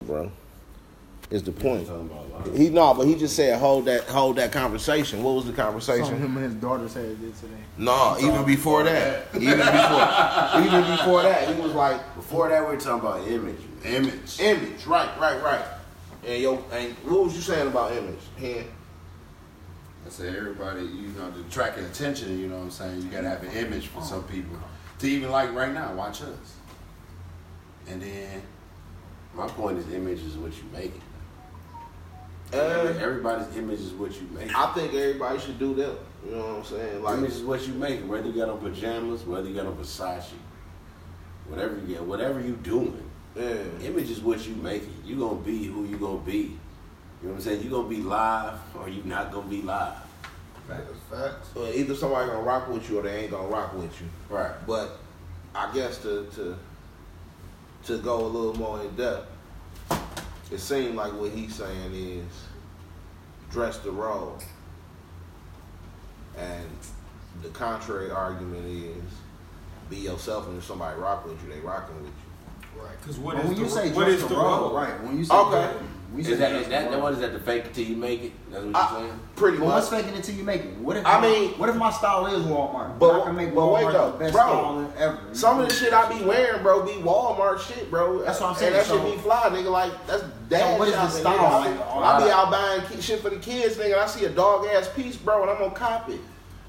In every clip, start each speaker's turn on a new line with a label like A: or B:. A: bro. Is the point? He no, but he just said hold that hold that conversation. What was the
B: Something
A: conversation?
B: him and his daughters had did today.
A: No, even before that, even before, even before that, he was like
C: Before that, we were talking about image. Image.
A: image, right, right, right. And yo, and what was you saying about image? Hand.
C: I said everybody, you know, to attract attention, you know what I'm saying? You gotta have an image for some people. To even like right now, watch us. And then my point is image is what you make it. Every-
A: Uh,
C: Everybody's image is what you make. it.
A: I think everybody should do that. You know what I'm saying? Like,
C: image is what you make. it. Whether you got on pajamas, whether you got on Versace, whatever you get, whatever you doing,
A: yeah,
C: image is what you make it. You gonna be who you gonna be. You know what I'm saying? You gonna be live or you not gonna be live.
A: Well, either somebody gonna rock with you or they ain't gonna rock with you.
C: Right.
A: But I guess to to to go a little more in depth, it seemed like what he's saying is dress the role, and the contrary argument is be yourself, and if somebody rock with you, they rocking with you.
B: Right.
D: Because
B: But
D: what
B: when
D: is
B: you
D: the,
B: say
D: what
B: just
D: is
B: the
D: the
B: role,
D: role?
B: right? When you say
A: Okay.
B: we say
C: Is that
B: just
C: is
B: the
C: that
B: role.
C: what is that the fake it till you make it? That's what you're
A: I-
C: saying?
A: pretty
B: But
A: much.
B: what's faking it till you make it? What if
A: I
B: my-
A: mean-
B: what if my style is Walmart?
A: But-
B: I can make
A: but wait
B: Walmart
A: though,
B: the best
A: bro.
B: style ever.
A: Some of the shit I be wearing, bro, be Walmart shit, bro.
B: That's what I'm
A: And
B: saying,
A: that
B: so-
A: shit be fly, nigga. Like that's dad
B: So what is the
A: shopping,
B: style?
A: nigga. I be,
B: Like,
A: I be out buying ki- shit for the kids, nigga. And I see a dog ass piece, bro, and I'm gonna cop it.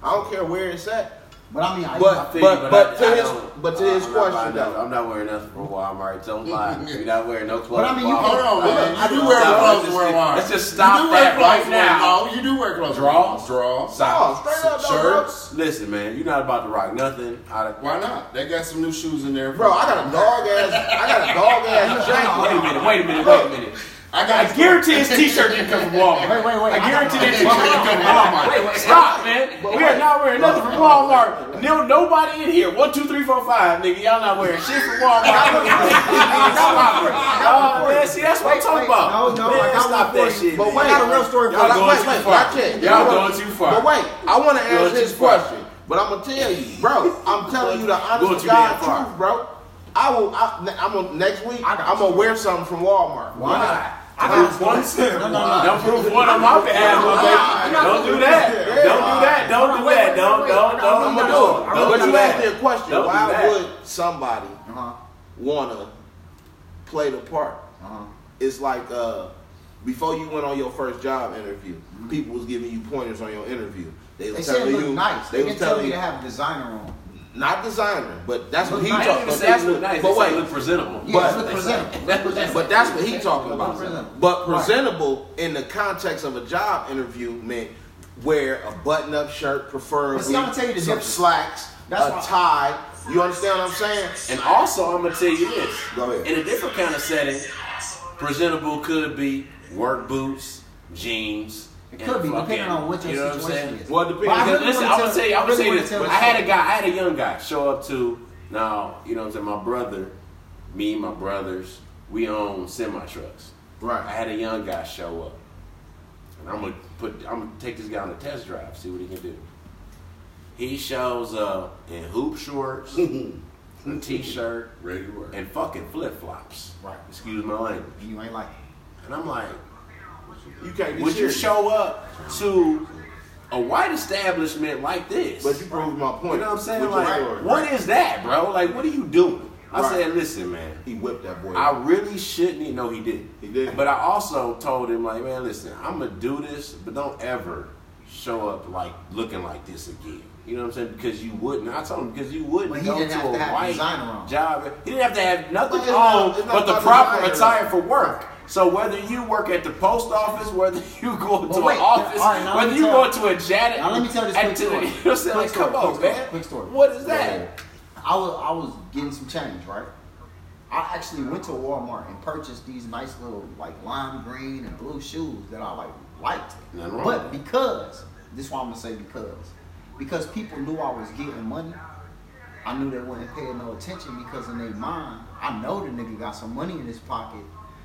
A: I don't care where it's at.
B: But I mean, I,
A: But-
B: I
C: I feel
A: but-
C: you,
A: but to
C: I- I
A: his-
C: don't-
A: but to his
C: I'm not
A: question,
C: buying
A: though.
C: I'm not wearing nothing from Walmart. Don't lie. You're not wearing no clothes.
B: But I mean, you
C: from
B: can-
C: Walmart.
E: Hold on,
C: Nah,
E: man.
B: I
E: Uh, You
B: do
E: do
B: wear
E: wear
C: clothes
E: clothes
C: just-
E: to wear wine.
C: let's just
E: You
C: stop
E: do wear
C: that
E: clothes
C: right
E: to wear-
C: now.
E: No, you do wear clothes.
C: Draws,
E: draws.
A: No, straight up,
C: socks,
A: though,
C: shirts. Listen, man, you're not about to rock nothing. Out of,
E: Why not? They got some new shoes in there,
A: Bro, I got a dog ass. I got a dog ass jacket.
C: wait a minute. Wait a minute. Wait a minute.
E: I got.
C: I guarantee his T-shirt didn't come from Walmart.
B: Wait, wait, wait.
C: I guarantee that
B: I-
C: T-shirt didn't come from Walmart. Wait, wait, stop, man. We are not wearing nothing from Walmart. No, nobody in here. One, two, three, four, five, nigga. Y'all not wearing shit from Walmart. Oh man, see, that's what I'm talking about.
B: no, no, I
C: man,
B: got
C: stop
B: one
C: that
B: for
C: shit.
A: But
C: man.
A: wait,
B: I got a real story for
A: y'all
B: you.
A: going wait, wait, not yet.
C: Y'all
A: Hold on.
C: going too far.
A: But wait, I want to
C: Going
A: answer his
C: too far.
A: question. But I'm gonna tell you, bro. I'm telling you the
C: Going
A: honest to
C: too
A: God
C: damn far.
A: truth, bro. I will. I, ne- I'm gonna next week.
B: I got
A: I'm gonna wear something from Walmart.
B: why?
C: I
B: I
C: got
B: got
C: one.
B: No, no, no.
C: Don't prove one on my behalf, my baby. Don't do that. Don't do that. Don't do that. Don't, don't, don't.
A: I'm
C: I'm
A: gonna do
C: going
A: it.
C: Don't
A: But
C: do
A: you asked me a
C: that.
A: question.
C: Don't do
A: Why
C: that.
A: would somebody
B: Uh-huh.
A: wanna play the part?
B: Uh-huh.
A: it's like uh, before you went on your first job interview, people was giving you pointers on your interview. They
B: Mm-hmm. They
A: was
B: said
A: telling
B: it looked
A: you
B: nice.
A: They,
B: They,
A: was
B: can tell
A: telling
B: me
A: you
B: to have designer on.
A: not designer, but that's what
B: Look
A: he
B: nice.
A: talking. But that's what, but wait,
C: look presentable.
B: Yeah,
A: But-
B: it's look presentable. Look presentable.
A: but that's what he
B: Look
A: talking about.
B: presentable.
A: But
B: Right.
A: presentable in the context of a job interview meant wear a button-up shirt, preferably
B: But see, I'ma tell you the
A: some
B: difference.
A: slacks,
B: That's
A: a
B: why-
A: tie. You understand what I'm saying?
C: And also, I'm gonna tell you this.
A: Go ahead.
C: In a different kind of setting, presentable could be work boots, jeans.
B: It
C: and
B: could be,
C: fucking-
B: depending on what your
C: you know what I'm
B: situation
C: saying?
B: is.
C: Well,
B: But I
C: depending.
B: really
C: listen,
B: wanna
C: I'm gonna
B: tell-
C: tell you. I'm gonna
B: really
C: say
B: wanna
C: this.
B: tell
C: I
B: the
C: had a
B: story.
C: guy. I had a young guy show up to. Now, you know what I'm saying? My brother, me and my brothers, we own semi trucks. I
A: Right.
C: had a young guy show up, and I'm gonna put I'm gonna take this guy on a test drive, see what he can do. He shows up in hoop shorts, a t-shirt,
E: Ready to work.
C: and fucking flip flops.
B: Right.
C: Excuse my language.
B: You ain't like
C: And I'm like,
A: You can't be
C: would you
A: serious.
C: show up to a white establishment like this?
A: But you proved my point.
C: You know what I'm saying?
A: with your
C: Like,
A: story.
C: what is that, bro? Like, what are you doing? I
A: Right.
C: said, listen, man.
A: He whipped that boy.
C: I really shouldn't. e-, No, he didn't.
A: He didn't.
C: But I also told him, like, man, listen, I'm gonna do this, but don't ever show up like looking like this again. You know what I'm saying? Because you wouldn't. I told him because you wouldn't
B: But he
C: go
B: didn't
C: to
B: have
C: a
B: to have
C: white
B: designer on.
C: job. He didn't have to have nothing
A: But it's
C: on
A: not- it's not
C: but the
A: about
C: proper
A: designer.
C: attire for work. So whether you work at the post office, whether you go to
B: wait,
C: an office,
B: all right, now let
C: whether
B: me
C: you go
B: tell-
C: to a janitor,
B: Now let me tell this quick
C: activity, you
B: story.
C: know what I'm saying?
B: Quick
C: Like, come
B: story,
C: on,
B: quick
C: man.
B: story, quick story.
C: What is
A: Yeah.
C: that?
B: I was I was getting some change, right? I actually went to Walmart and purchased these nice little like lime green and blue shoes that I like liked.
C: Nothing wrong
B: But
C: with
B: because this is why I'm gonna say because because people knew I was getting money, I knew they wouldn't pay no attention because in their mind, I know the nigga got some money in his pocket.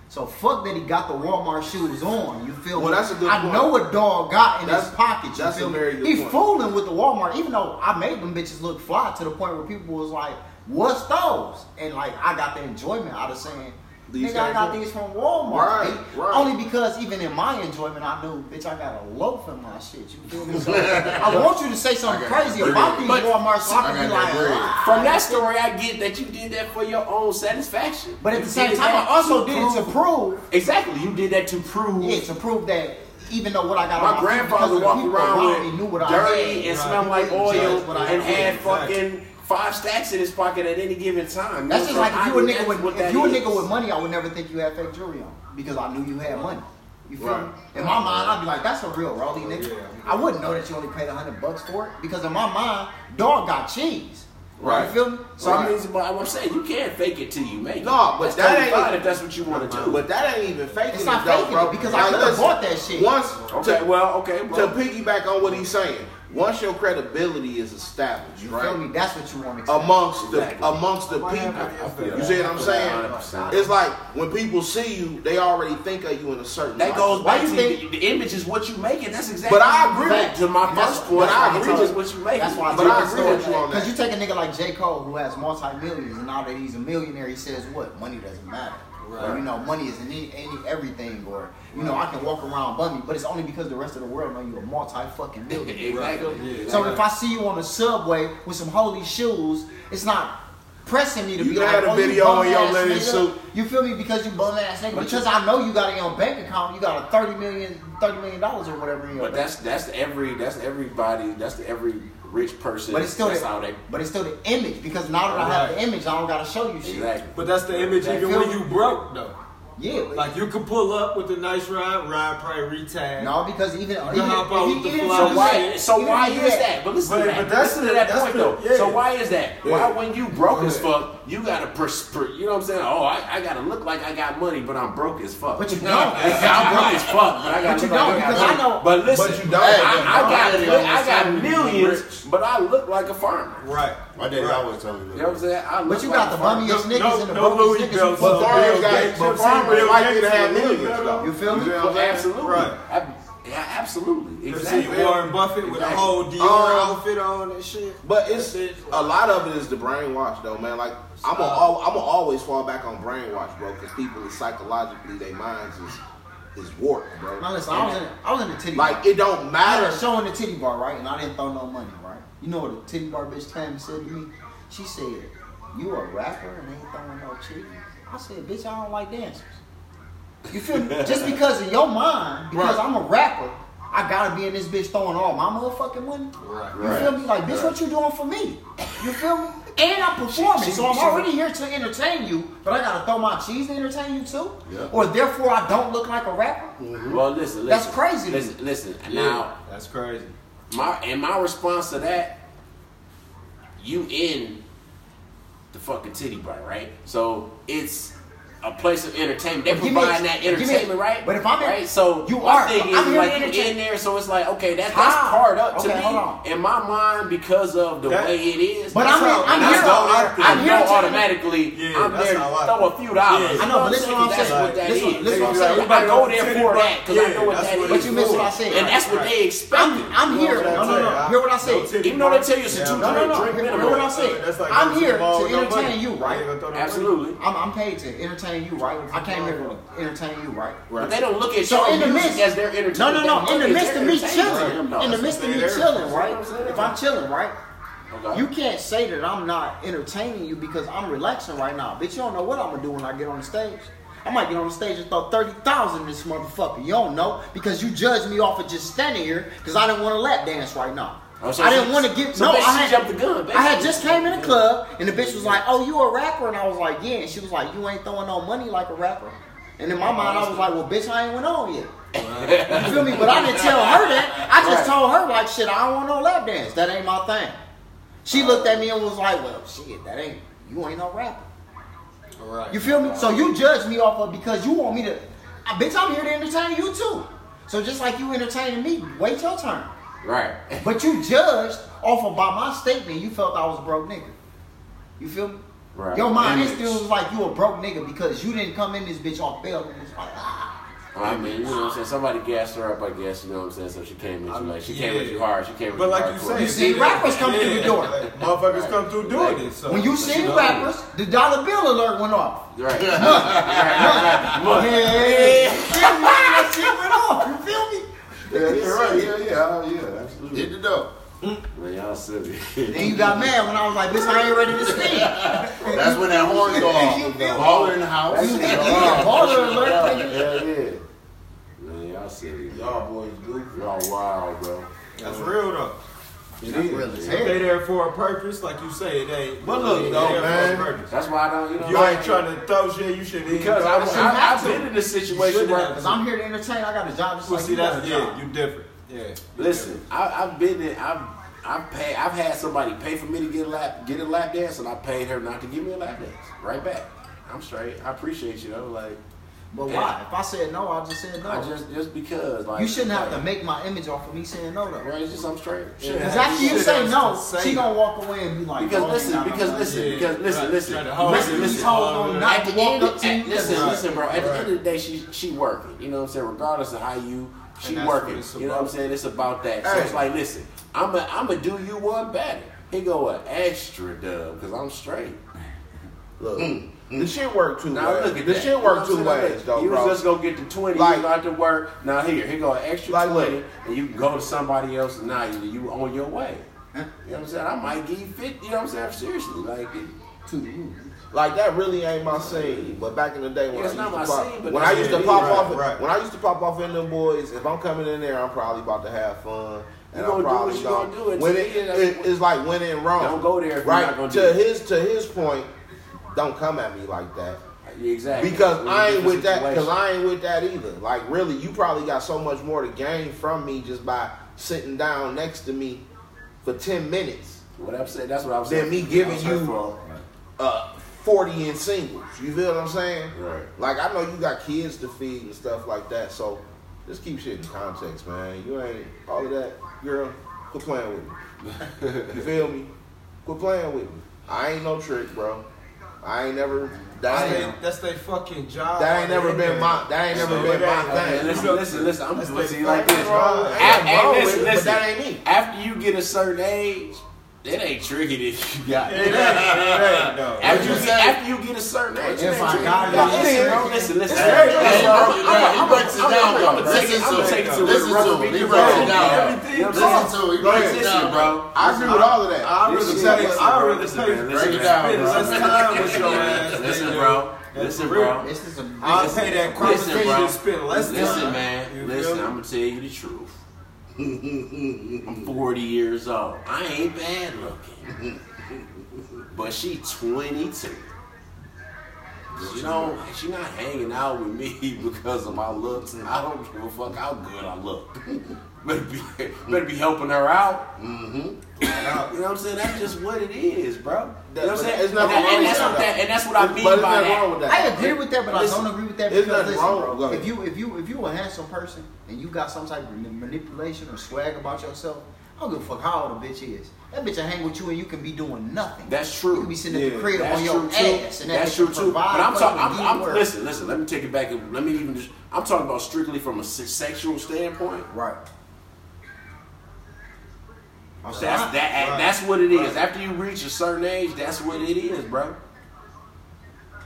B: So fuck that he got the Walmart shoes on. You feel
A: Well,
B: me?
A: that's a good
B: I
A: point.
B: know what dog got in
A: That's-
B: his pocket. You
A: that's a
B: feel me?
A: very good
B: He
A: point.
B: fooling with the Walmart, even though I made them bitches look fly to the point where people was like, "What's those?" And like I got the enjoyment out of saying,
A: These
B: nigga, I
A: came
B: got
A: from-
B: these from Walmart.
A: Right,
B: bitch.
A: right.
B: Only because even in my enjoyment, I knew, bitch, I got a loaf in my shit. You feel me? So, I want you to say something
E: I got
B: crazy
E: that
B: about
E: bread.
B: these
C: But-
B: Walmart so I
E: I
B: can be
E: got
B: like,
E: that bread.
B: "Ah."
C: From that story, I get that you did that for your own satisfaction.
B: But at
C: You
B: the same
C: did
B: time, I
C: that
B: also did it to prove,
C: Exactly, you did that to prove
B: yeah, to prove that even though what I got, on
C: my
B: feet, because
C: grandfather
B: of the
C: walked
B: people
C: around
B: around me
C: with
B: knew what I had.
C: dirty and
B: right?
C: smelled like
B: He didn't judge
C: oil
B: what I
C: and had
B: exactly.
C: fucking five stacks in his pocket at any given time.
B: That's just like if you a
C: were
B: nigga with if you a nigga with money, I would never think you had fake jewelry on because I knew you had money. You feel
A: Right.
B: me? In my mind, I'd be like, "That's a real rolly
A: Oh,
B: nigga."
A: yeah.
B: I wouldn't know that you only paid hundred bucks for it because in my mind, dog got cheese.
A: Right.
B: You feel me?
C: So
B: So
C: I mean, but I'm saying you can't fake it till you make it.
A: No, but
C: That's
A: that
C: totally
A: ain't-
C: fine if that's what you want to do.
A: But that ain't even faking
B: It's not
A: it, though,
B: faking
A: bro.
B: it because
A: Now
B: I could have
A: listen,
B: bought that shit.
A: Once
C: okay,
A: to,
C: well, okay, well,
A: to piggyback on what he's saying, once your credibility is established,
B: you feel
A: right,
B: me? That's what you want to.
A: amongst the
C: Exactly.
A: amongst the
F: What happened
A: people,
F: yesterday?
A: you see what I'm saying?
E: 100%.
A: It's like when people see you, they already think of you in a certain.
C: That
A: light.
C: goes
B: Why
C: back to
B: you think-
C: the, the image is what you make, and that's exactly.
A: But I agree with-
C: to my first
A: but
C: point.
A: I
C: the
A: agree
C: image
A: with-
C: is what you make.
B: That's why I
A: But
B: do
A: I
B: that
A: agree
B: story.
A: with you on that.
B: Cause you take a nigga like J. Cole who has multi millions, and now that he's a millionaire, he says what? Money doesn't matter. Or, you know, money is any, any everything, or you know, I can walk around bummy, but it's only because the rest of the world know you a multi fucking millionaire.
C: exactly.
B: So if I see you on the subway with some holy shoes, it's not pressing me to
A: You
B: be
A: had
B: like,
A: a
B: oh, you
A: video
B: bum
A: on your
B: ass
A: linen
B: nigga.
A: suit.
B: You feel me? Because you bum ass nigga. Because I know you got it in your bank account, you got a thirty million, thirty million dollars or whatever in your
C: But
B: bank.
C: that's that's every that's everybody that's the every rich person.
B: But it's still
C: that's
B: the,
C: how they
B: but it's still the image because now that I have the
F: Right.
B: image, I don't gotta show you shit.
C: exactly.
F: But that's the image
C: That
F: even
B: feel-
F: when you broke though.
B: Yeah,
F: Like you could pull up with a nice ride, ride probably retag.
B: no, because even, even,
F: hop out
B: even,
F: with the
B: even
F: fly
C: So why?
F: shit.
C: So
B: even
C: why
B: if you
C: is
B: had-
C: that? But listen
F: But-
C: to that.
F: but that's
C: listen
F: the-
C: to that
F: that's
C: point
F: the-
C: though.
F: yeah.
C: So why is that? Why
A: Yeah.
C: when you broke as
A: Yeah.
C: fuck, you gotta pers- per- you know what I'm saying? Oh, I, I gotta look like I got money, but I'm broke as fuck.
B: But you don't.
C: I'm broke as fuck, but I gotta
B: But you
C: look like
B: don't,
C: I got
B: because I
C: money.
B: know-
C: But listen,
A: But you don't.
C: I, I got
E: Hey, but
C: I got
E: don't.
C: millions,
E: Rich.
C: but I look like a farmer.
F: Right.
E: My daddy always told me
C: You know what I'm
E: that.
C: saying? I look
B: But you
C: like
B: got
C: a
B: the
C: farmer.
B: bummiest niggas
F: No-
B: and the
F: no
B: brokest
F: Louis
B: niggas who
F: Bells,
A: But
F: no
B: fuck.
A: farmers
F: Bill
A: got
F: Gates,
A: but
F: but
A: farmers
F: Bill
A: likely to
F: Gates
A: have
F: is a
A: millions
F: millionaire,
A: though.
F: though.
B: You feel
A: You
B: me?
A: feel
C: Well,
A: what I'm saying?
C: absolutely.
F: Right.
C: Ab- yeah, absolutely.
F: You
C: Exactly.
F: see E Warren Buffett with a
C: Exactly.
F: whole Dior
A: Um,
F: outfit on and shit.
A: But it's
F: That's it.
A: a lot of it is the brainwash though, man. Like I'm gonna al- I'm gonna always fall back on brainwash, bro, because people is psychologically their minds is is warped, bro.
B: Now listen, I was in, I was in the titty. bar.
A: Like it don't
B: I
A: matter.
B: was showing the titty bar right, and I didn't throw no money right. You know what the titty bar bitch Tammy said to me? She said, "You a rapper and ain't throwing no cheese." I said, "Bitch, I don't like dancers." You feel me? Just because of your mind, because
A: Right.
B: I'm a rapper, I gotta be in this bitch throwing all my motherfucking money.
F: Right.
B: You feel me? Like, bitch, what you doing for me? You feel me? And I'm performing,
C: she-
B: so I'm
C: she-
B: already here to entertain you, but I gotta throw my cheese to entertain you too?
E: Yeah.
B: Or therefore I don't look like a rapper?
C: Well, listen, listen.
B: That's crazy to me.
C: Listen, listen.
F: Yeah,
C: Now,
F: that's crazy.
C: my and my response to that, you in the fucking titty bar, right? So it's a place of entertainment. They
B: But give me a-
C: providing that
B: give me a-
C: entertainment, right?
B: but if I'm in-
C: right, so
B: you
C: my
B: are.
C: thing
B: I'm
C: is
B: here to
C: like you
B: entertain.
C: in there, so it's like okay, that, that's
B: How?
C: hard up to
B: Okay,
C: me
B: hold on.
C: in my mind because of the
F: That-
C: way it is.
B: But
C: that's
B: I'm in-
C: how-
B: I'm
C: that's
B: here to-
C: how I,
B: I'm
C: I
B: here
C: know
B: to-
C: automatically.
F: Yeah,
C: I'm
F: that's
C: there.
F: how I-
C: Throw a few dollars.
F: Yeah.
B: I know, but listen to what I'm
C: That's
B: saying.
C: what that
B: Listen-
C: is.
B: listen to what I'm
F: They be
B: saying.
F: like,
C: I go there
F: "Everybody on
C: for
F: titty
C: that because
F: bar."
C: I
F: Yeah,
C: know what
F: that's
C: that is.
F: what
B: But you missed what I said.
C: And that's what
F: Right.
C: they expect.
B: I'm, I'm here. No, no, no. Hear what I said.
C: Even though they tell you it's a two
B: No, no,
C: drink,
B: no.
C: drink
B: Hear hear
C: minimum.
B: what I said.
F: That's like
B: I'm
F: going
B: here
F: the ball
B: to
F: with no
B: entertain
F: money.
B: you,
F: They gonna
B: right?
F: throw no money.
C: Absolutely.
B: I'm, I'm paid to entertain you, right? I came here to entertain you, right?
C: But they don't look at
B: So
C: your
B: in the
C: music
B: midst,
C: as their entertainment.
B: No, no, no.
C: They
B: In the
C: look as
B: midst of
C: their
B: me
C: entertainment.
B: chilling,
C: No,
B: in the
C: that's
B: midst of
F: what
B: me
F: they-
B: chilling,
F: that's
B: right?
F: what I'm saying.
B: If I'm chilling, right,
C: Okay.
B: you can't say that I'm not entertaining you because I'm relaxing right now, bitch. You don't know what I'm gonna do when I get on the stage. I might get on the stage and throw thirty thousand in this motherfucker. You don't know because you judged me off of just standing here because I didn't want to lap dance right now.
C: Oh, so
B: I
C: she-
B: didn't want to get
C: so
B: no.
C: basically
B: I
C: she
B: had,
C: jumped the gun,
B: I had
C: basically.
B: just came in the club and the bitch was like, "Oh, you a rapper?" And I was like, "Yeah." And she was like, "You ain't throwing no money like a rapper." And in my mind, I was like, "Well, bitch, I ain't went on yet." You feel me? But I didn't tell her that. I just
C: Right.
B: told her like, shit, I don't want no lap dance. That ain't my thing. She looked at me and was like, well, shit, that ain't you ain't no rapper.
F: Right.
B: You feel me? So you judge me off of because you want me to, I, bitch. I'm here to entertain you too. So just like you entertaining me, wait your turn.
C: Right.
B: But you judged off of by my statement. You felt I was a broke nigga. You feel me?
C: Right.
B: Your mind
C: Image.
B: still was like you a broke nigga because you didn't come in this bitch off bail. It's like, ah,
C: Well, I mean, you know what I'm saying? Somebody gassed her up, I guess, you know what I'm saying? So she came at you like, she came at you
F: Yeah.
C: hard, she came at
F: But
C: you
F: like you
C: hardcore.
F: say,
B: You see rappers come through the door.
F: Motherfuckers come through doing it. So
B: When you seen rappers, the dollar bill alert went off.
C: Right. Right, right, right.
B: Yeah, that shit went off. You feel me?
E: Yeah, you're right. Yeah, yeah, oh, yeah. Absolutely. Hit the door.
C: Man, y'all silly.
B: Then you got mad when I was like, "Bitch, I ain't ready to speak."
E: That's when that horn go
B: You
E: off.
B: feel me?
E: Baller in the house.
B: You got baller alert.
C: yeah, yeah. Man, y'all silly. Y'all,
A: Y'all boys goofy.
C: y'all wild, bro.
F: That's real though.
A: It
B: That's
A: is.
B: real as
F: If They
B: hell.
F: there for a purpose, like you say, it ain't.
A: But look,
F: They
A: though,
F: there for a
A: man.
F: purpose.
C: That's why I don't, you know.
F: You ain't trying to throw shit. You should even.
C: Because I,
F: I,
B: shouldn't
C: I,
B: have
C: I've
B: to.
C: been in this
F: You
C: situation
F: shouldn't
C: where
F: have
B: Cause I'm here to entertain. I got a job just
F: well,
B: like
F: see,
B: you got
F: that's
B: a
F: yeah.
B: job.
F: You different. Yeah.
C: Listen, I, I've been in. I've I've paid. I've had somebody pay for me to get a lap get a lap dance, and I paid her not to give me a lap dance. Right back. I'm straight. I appreciate you though. Like
B: But
C: Yeah.
B: why? If I said no, I just said no.
C: I just just because like
B: you shouldn't have to
C: like,
B: make my image off of me saying no though.
C: Right, it's just I'm straight. Shouldn't
B: Because
C: have
B: after you
F: should've
B: say
F: just
B: no,
F: said
B: she
F: no.
B: gonna walk away and be like,
C: Because
B: "Oh,
C: listen,
B: nah, nah,
C: because
B: nah,
C: listen,
B: yeah."
C: because listen,
F: Right,
C: listen.
F: try to hold
C: Listen,
F: it.
C: listen.
B: Hold on,
C: At
B: not
C: the
B: to walk
C: end,
B: up to you.
C: at, listen,
B: Right.
C: listen, bro. At the end of the day, she she working. You know what I'm saying? Regardless of how you, she
F: And that's what
C: working.
F: it's
C: You know what I'm
F: about.
C: saying? It's about that. So
A: Hey.
C: it's like, listen, I'm a I'm gonna do you one better. He go an extra dub because I'm straight.
A: Look, the shit work two
C: Mm. Now
A: ways.
C: look at
A: the
C: that.
A: shit work
C: You know
A: two
C: what I'm saying?
A: ways, though,
C: You
A: bro.
C: was just gonna get the twenty.
A: Like-
C: you got to work. Now here, here go an extra
A: Like what?
C: twenty, and you can go to somebody else. And now you you on your way. You know what I'm saying? I might give you fifty. You know what I'm saying? Seriously, like. It, mm.
A: Like that really ain't my scene. But back in the day when
C: Yeah, it's
A: I used
C: not
A: to
C: my
A: pop,
C: scene, but
A: when I
C: that's
A: used
C: what
A: to
C: it
A: pop
C: is.
A: off,
F: Right, right.
A: when I used to pop off in them boys, if I'm coming in there, I'm probably about to have fun. And
C: You
A: I'm
C: gonna do
A: probably
C: what you gonna do, and
A: When
C: to
A: it,
C: me, that's-
A: it- it's like when in Rome.
C: Don't go there if you're
A: right
C: not gonna do
A: to
C: it.
A: his to his point. Don't come at me like that.
C: Yeah, Exactly.
A: Because
C: It's a
A: I ain't
C: different
A: with that. Because
C: situation.
A: I ain't with that either. Like really, you probably got so much more to gain from me just by sitting down next to me for ten minutes
C: What I'm saying, that's what I'm saying.
A: than me giving you uh, forty in singles. You feel what I'm saying?
C: Right.
A: Like I know you got kids to feed and stuff like that. So just keep shit in context, man. You ain't all of that, girl. Quit playing with me. you feel me? Quit playing with me. I ain't no trick, bro. I ain't never. That
F: That's
A: ain't,
F: they, that's they fucking job.
A: that ain't never been my. That ain't never been my
C: Hey,
A: thing.
C: listen, listen, listen. I'm just
A: That's
C: listening
A: the
C: like this,
A: thing, bro.
C: bro. A-
A: Ain't nothing
C: and
A: wrong with
C: listen,
A: it, but
C: listen.
A: that ain't me.
C: After you get a certain age, it ain't tricky that you got.
F: It ain't, it ain't, no.
C: After you, get, after you get a certain age,
B: If
C: it
B: I
C: ain't
B: got
C: tricky.
B: it,
C: listen,
B: it's
C: bro, listen, listen.
F: Hey,
C: Listen,
F: hey,
C: I'm- I'm-
E: He breaks it down,
C: I'm- I'm
E: though.
C: taking it-
E: Listen to
C: I'm
E: him.
C: taking it to where the
E: Listen to
C: rubber
E: him. He
C: meets the road.
E: breaks it down.
C: Everything,
E: Listen to him. He breaks it down, bro.
A: I agree with all of that.
F: I really
C: Listen,
F: take.
C: listen,
F: I
C: bro,
F: really
C: listen,
F: take.
C: man,
E: listen,
F: spend
E: man.
F: less time with your ass.
C: Listen,
F: nigga.
C: bro.
F: That's
C: Listen,
F: for
C: bro.
F: real.
B: This is a
F: I'll
B: nigga.
C: Listen,
F: pay that
C: listen,
F: conversation
C: bro.
F: and spend less time.
C: Listen, man.
F: You
C: Listen,
F: feel
C: I'm
F: me?
C: gonna tell you the truth. I'm 40 years old. I ain't bad looking, but she 22. She don't. She not hanging out with me because of my looks. I don't give a fuck how good I look. Better be, better be helping her out. Mm-hmm. You know what I'm saying? That's just what it is, bro. You know what I'm saying?
A: There's nothing
C: and, that-
A: wrong
C: and
A: with
C: that's
A: that.
C: what that, and that's what I
A: But
C: mean
A: there's
C: by
A: nothing
C: that.
A: wrong with that.
B: I agree with that, but
C: Listen,
B: I don't agree with that
A: there's
B: because
A: nothing
B: listen,
A: wrong
B: bro,
A: with that.
B: if you if you if you a handsome person and you got some type of ma- manipulation or swag about yourself, I don't give a fuck how old a bitch is. That bitch will hang with you and you can be doing nothing.
C: That's true.
B: You can be sitting at the
A: Yeah,
B: crib
C: That's
B: on your
C: true too.
B: ass, and that
C: That's
B: bitch
C: true
B: will
C: too. But
B: provide
C: I'm talking.
B: fucking
C: I'm, I'm
B: D-word.
C: listen. Listen. Let me take it back. And let me even. Just, I'm talking about strictly from a se- sexual standpoint.
B: Right. I'm
C: That's
B: saying,
C: that.
B: I-
C: and That's what it is. After you reach a certain age, that's what it is, bro.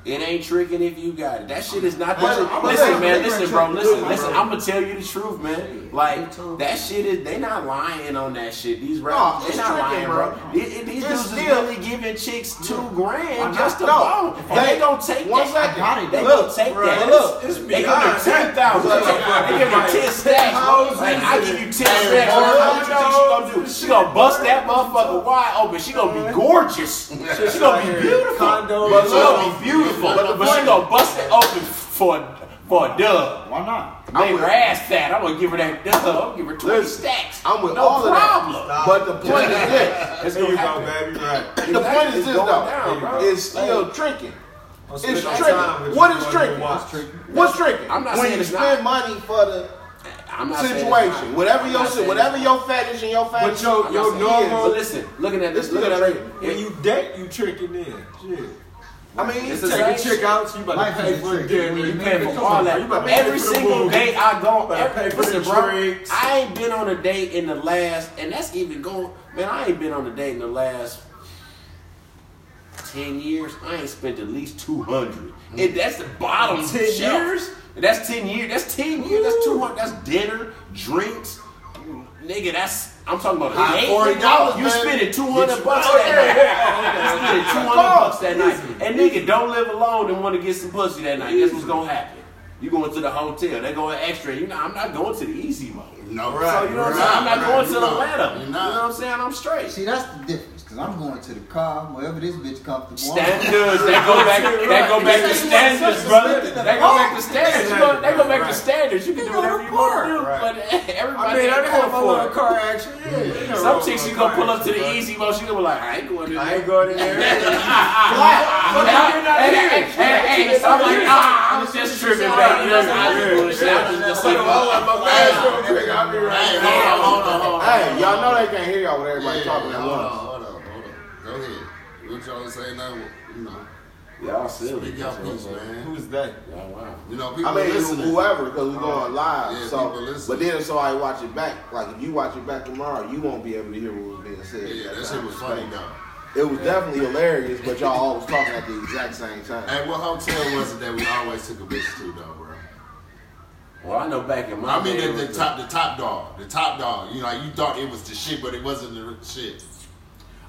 C: It ain't tricking if you got it. That shit is not.
B: But-
C: The
B: but
C: Listen,
B: listen,
C: man.
B: they
C: Listen,
B: ain't
C: bro.
B: tricking.
C: Listen,
B: Listen,
C: listen.
B: bro.
C: I'm gonna tell you the truth, man.
B: Me
C: Like
B: too.
C: that shit is. They not lying on that shit. These
A: No,
C: rappers,
A: it's
C: they not lying,
A: tricking,
C: bro.
A: bro.
C: These- These
A: It's
C: dudes is
A: still-
C: really giving chicks two grand
B: I'm
C: just to
A: not- no.
C: bone. And
A: They-
C: they don't take
A: one
C: that.
A: second.
B: I got it,
C: They
B: bro.
C: gonna take
A: Bro,
C: that.
A: look,
F: it's
C: they gonna
F: beyond
C: do ten thousand.
A: Look.
C: They give her ten stacks. Like I give you ten stacks.
A: bro,
C: What you think she gonna do? She gonna bust that motherfucker wide open. She gonna be gorgeous. She gonna be beautiful.
F: Condos.
C: But she gonna be beautiful. But she gonna bust it open for for a dub.
B: Why not?
C: Make her ass fat. I'm gonna give her that dub. I'm gonna give her twenty
A: Listen,
C: stacks.
A: I'm with
C: no
A: all of that.
C: problem.
A: But the point is this.
C: It's
F: Here
C: gonna
F: you
C: happen.
F: go, baby. Right.
A: The
C: Exactly.
A: point is
C: It's
A: this
C: going
A: though.
C: down, bro.
A: It's still tricking.
F: I'll spend
A: It's
F: my time with
A: tricking.
F: you
A: What is
F: while you
A: tricking?
F: watch.
A: What's tricking?
C: I'm not
A: when
C: saying
A: you
C: it's
A: spend money for the
C: I'm not saying it's
A: situation,
C: not.
A: whatever
C: I'm
A: your
C: not saying
A: whatever
C: it's
A: your fetish and your
F: But
A: fetish.
F: your
C: not.
F: your
C: I'm not saying it is. But
F: normal
C: listen, looking at this,
A: It's still
C: looking at
A: tricking.
C: it,
F: when you date, you tricking in. Shit.
A: I mean, it's
C: It's the
F: Take a
C: same
F: chick
C: shit.
F: out, so you about
B: Life
F: to
B: is
F: pay
B: a
F: for
B: trick.
F: dinner.
B: You
F: You
B: mean,
F: pay for
B: come
C: All that.
F: all that. You about to pay
C: Every
F: for the
C: single
F: movie.
C: date I go,
F: Better
C: every,
F: pay for the
C: listen, bro,
F: drinks.
C: I ain't been on a date in the last, and that's even going, man, I ain't been on a date in the last 10 years. I ain't spent at least 200.
E: Mm.
C: And that's the bottom
F: 10
C: shelf.
F: years?
C: And that's 10 years. That's 10 years. That's 200. That's dinner, drinks. Nigga, that's, I'm talking about a date.
E: $40,
C: You
E: man.
C: spending 200 bucks that night. Spending 200 bucks that night. And nigga, don't live alone and want to get some pussy that night. Guess what's gonna happen? You going to the hotel. They're going extra. You know, I'm not going to the easy mode.
E: No,
C: So you know what I'm saying? I'm not going to the ladder.
E: You're
C: You know what
E: not.
C: I'm saying? I'm straight.
B: See, that's the difference. Cause I'm going to the car, wherever this bitch comfortable.
C: Standards. That go back. That go back to standards, brother. That go back to standards. You know, That go back to standards. You can do whatever you want to do, but eh,
F: I
C: everybody
F: mean,
C: ain't
F: I didn't
C: going
F: have my
C: for it.
F: little car action. Yeah.
C: Some chicks, she gonna pull up to the easy mode. She gonna be like, I ain't going to.
F: I ain't going in there.
C: Hey, hey, hey, hey, so I'm like, ah, I was just tripping, baby. That's how I do bullshit. I was just like, oh,
E: Hey, hold on, hold on, hold on.
A: Hey, y'all know they can't hear y'all with everybody
E: Yeah,
A: talking at
E: hold on,
A: once.
E: hold on, hold on. Go ahead. What y'all say now? You know,
C: Y'all silly.
E: speak your piece, man.
F: Who's that?
C: Y'all wow.
E: You know, people
A: I mean, it's
E: listening.
A: whoever because we're going live.
E: Yeah,
A: so,
E: people listening.
A: but then if somebody watch it back, like if you watch it back tomorrow, you won't be able to hear what was being said. at
E: Yeah, that shit
A: time.
E: was funny though.
A: It was definitely hilarious, but y'all all was talking at the exact same time.
E: Hey, what hotel was it that we always took a bitch to though, bro?
C: Well, I know back in my
E: I mean,
C: day,
E: the,
C: it
E: the
C: was
E: top, the top dog, the top dog. You know, like, you thought it was the shit, but it wasn't the shit.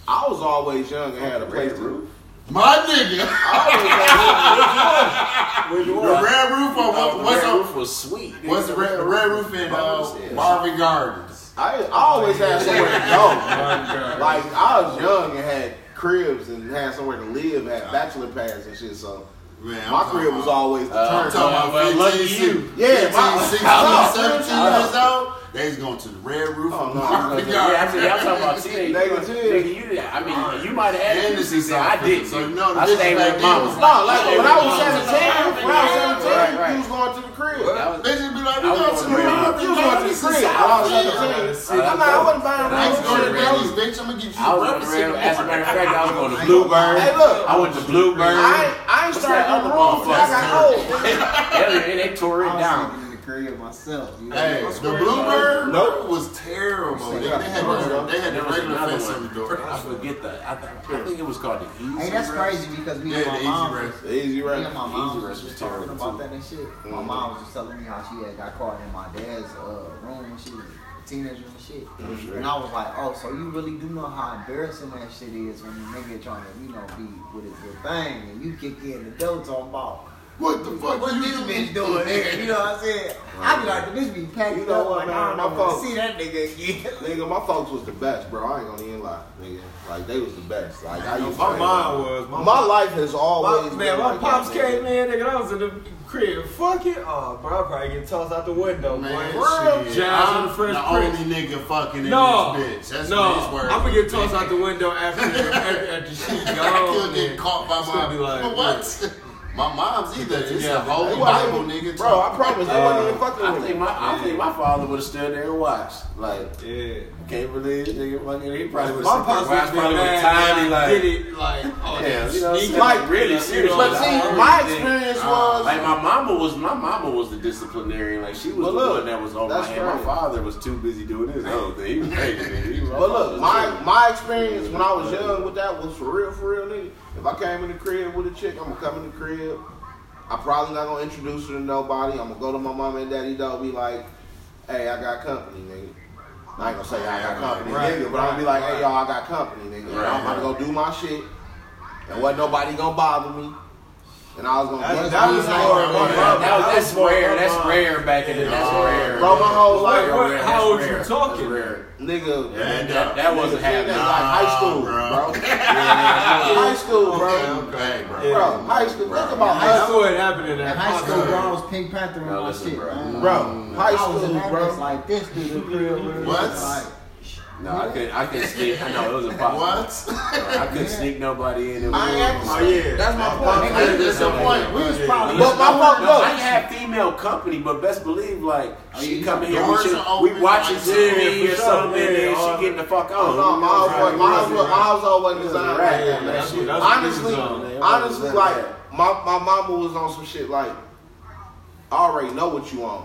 A: I was always young and had a place to.
E: My nigga,
F: Where you
E: the
F: are?
E: red roof on
C: uh,
E: what,
C: the
E: what's
C: red
E: on-
C: roof was sweet.
E: what's the red, red roof in uh, Marvin Gardens?
A: I, I always had somewhere to go. Like I was young and had cribs and had somewhere to live, had bachelor pads and shit. So
E: Man, I'm
A: my
E: talking
A: crib was
E: about-
A: always the
E: I'm
A: turn.
E: talking about
C: Well,
E: 15,
C: lucky
E: six-
C: you.
E: 15,
A: Yeah, my-
E: 16,
A: no.
E: 17
A: No.
E: years old. They was going to the red roof
A: Oh,
E: on
A: no.
E: Marvin
C: Yeah, I
E: Gardens.
C: said, y'all talking about teenage.
A: Nigga, too.
C: Nigga, you did. I mean, you might have
E: And
C: had
E: this
C: it.
E: is
C: I
E: South
C: didn't.
E: Philly. So, no, the
C: I
E: bitches
C: stayed
E: back
C: with
E: then
C: mama.
E: was
A: No, like when I was
C: Yeah.
A: seventeen, when I was seventeen,
C: Right, right.
A: you was going to the crib.
C: That was-
E: Bitches be like, we
C: I was going to the
E: going to the red
C: red
E: roof.
A: You was going to the crib. When I was seventeen, I'm like, I wasn't buying a
E: I was
A: room.
E: going to Granny's, bitch. I'm gonna give you
C: I
E: some
C: was on the red. As
E: breakfast.
C: a matter of fact, I was going to
A: Hey,
C: Bluebird.
A: look,
C: I went to Bluebird.
A: I I ain't started
C: that
A: on the room.
C: other
A: till I got old.
C: Yeah, they tore it
B: I was
C: down.
B: sleeping in the crib myself. You know?
E: Hey, the Bluebird nope. was terrible. They, they had the, they had the
C: There was
E: regular
C: another
E: fence on
C: one.
E: the door.
C: I forget that. I, th- I think it was called the Easy.
B: Hey, that's
C: Rest.
B: crazy because me
E: Yeah,
B: and
E: the
B: my
E: easy
B: mom,
E: rest.
A: Easy
B: me and
A: right.
B: my mom
C: Easy
B: was
C: rest
B: just
C: was
B: talking
C: terrible,
B: about
C: too.
B: that and shit. My mom was just telling me how she had got caught in my dad's uh, room when she was a teenager and shit. And I was like, oh, so you really do know how embarrassing that shit is when the nigga trying to, you know, be with his good thing and you kick in the door talking about.
E: What the fuck
B: What
E: you
B: this bitch doing, nigga? You know what I'm saying? I be like, the bitch be packed
A: You know
B: up
A: what,
B: like,
A: man,
B: I
A: my
B: don't want
A: folks-
B: to see that nigga again.
A: Nigga, my folks was the best, bro. I ain't gonna even lie, nigga. Like they was the best. Like I used to.
F: My mom was. My,
A: My life has
F: my,
A: always
F: man,
A: been
F: my
A: like
F: pops
A: that,
F: came in, nigga. I was in the crib. Fuck it. Oh, bro, I probably get tossed out the window,
E: Man,
F: boy.
E: shit.
F: Jazz
E: I'm
F: on the first
E: the
F: print.
E: only nigga fucking in
F: No,
E: this bitch. That's
F: no,
E: his word.
F: I'm gonna get tossed out the window after after, after she gone.
E: I could
F: man.
E: get caught by
F: It's gonna
E: my
F: be like,
E: but what? My mom's either. It's
F: Yeah.
E: a holy
A: It wasn't
E: Bible,
A: even-
E: nigga.
A: Bro, I promise they wasn't
F: Uh,
A: even
C: I
A: fucking with
C: think
A: me.
C: my I think my father would have stood there and watched. Like,
F: Yeah.
C: can't believe this nigga fucking. He probably would
F: My
C: have.
F: pops was
C: probably
F: probably
C: would have
F: mad.
C: timed.
F: Like, did
C: Like,
F: it like oh
C: yeah, you know, what I'm
F: sneaky.
C: saying? like really serious.
A: But
C: Like,
A: see, my experience was
C: Like my mama was, my mama was the disciplinarian. Like she was
A: But
C: the
A: look,
C: one that was on my
A: that's
C: hand.
A: right.
C: My father was too busy doing his own thing. He was hating me. He was-
A: But look, my
C: was-
A: my experience when I was young with that was for real, for real, nigga. If I came in the crib with a chick, I'm gonna come in the crib. I'm probably not gonna introduce her to nobody. I'm gonna go to my mom and daddy dog, be like, hey, I got company, nigga. I ain't gonna say I got company,
F: Right,
A: nigga, but I'm gonna be like, hey, y'all, I got company, nigga. And I'm gonna
C: Right.
A: go do my shit, and wasn't nobody gonna bother me. And I was gonna.
F: That- that was
A: Bro, my-
F: hard, man.
C: That- that- that's
F: That was
C: rare.
F: one of
C: That's
F: mine.
C: rare back in the. That's
E: Nah.
C: rare.
A: Bro, my whole
F: Like,
A: life,
F: what-
C: That's
F: how old you
C: rare. That's
F: talking?
C: rare.
A: nigga.
E: And, uh,
C: That, that wasn't
A: Nigga,
C: happening.
A: that's Like high school,
E: Nah,
A: bro.
E: bro.
A: High school, bro.
E: Hey, bro.
F: Yeah.
A: Bro, high school. Think about high
F: That's
A: school,
F: what happened in
B: In
F: that
B: high school,
F: pocket.
B: bro, I was Pink Panther in
C: Now
B: my
C: listen,
B: shit,
C: bro.
B: man.
A: bro. High
B: I was in
A: school,
B: that
A: bro.
B: bitch like this dude.
E: What?
B: Like,
C: No, I couldn't. I couldn't sneak. I know it was impossible.
E: What?
C: I couldn't sneak nobody in. It was
A: I ain't
F: Oh yeah.
E: That's my
F: Oh,
E: point.
F: yeah.
E: That's disappointing.
B: We was probably.
A: But my fuck
C: No, I
A: up.
C: ain't have female company, but best believe, like, she
B: yeah.
C: coming here,
E: Doors
C: we,
E: are
C: chill-
E: open,
C: we watching
E: lights are
C: TV
F: on,
C: or
F: for
C: something,
F: sure,
C: and
F: yeah,
C: then
F: all
C: she getting the Oh, fuck on.
A: No, my house wasn't- my house wasn't- my house always wasn't
F: It was a
A: designed
F: rat,
A: like that, man.
F: that's what- that's what
A: honestly,
F: it was on, man. It
A: honestly,
F: wasn't
A: like
F: that
A: my my mama was on some shit like, I already know what you on,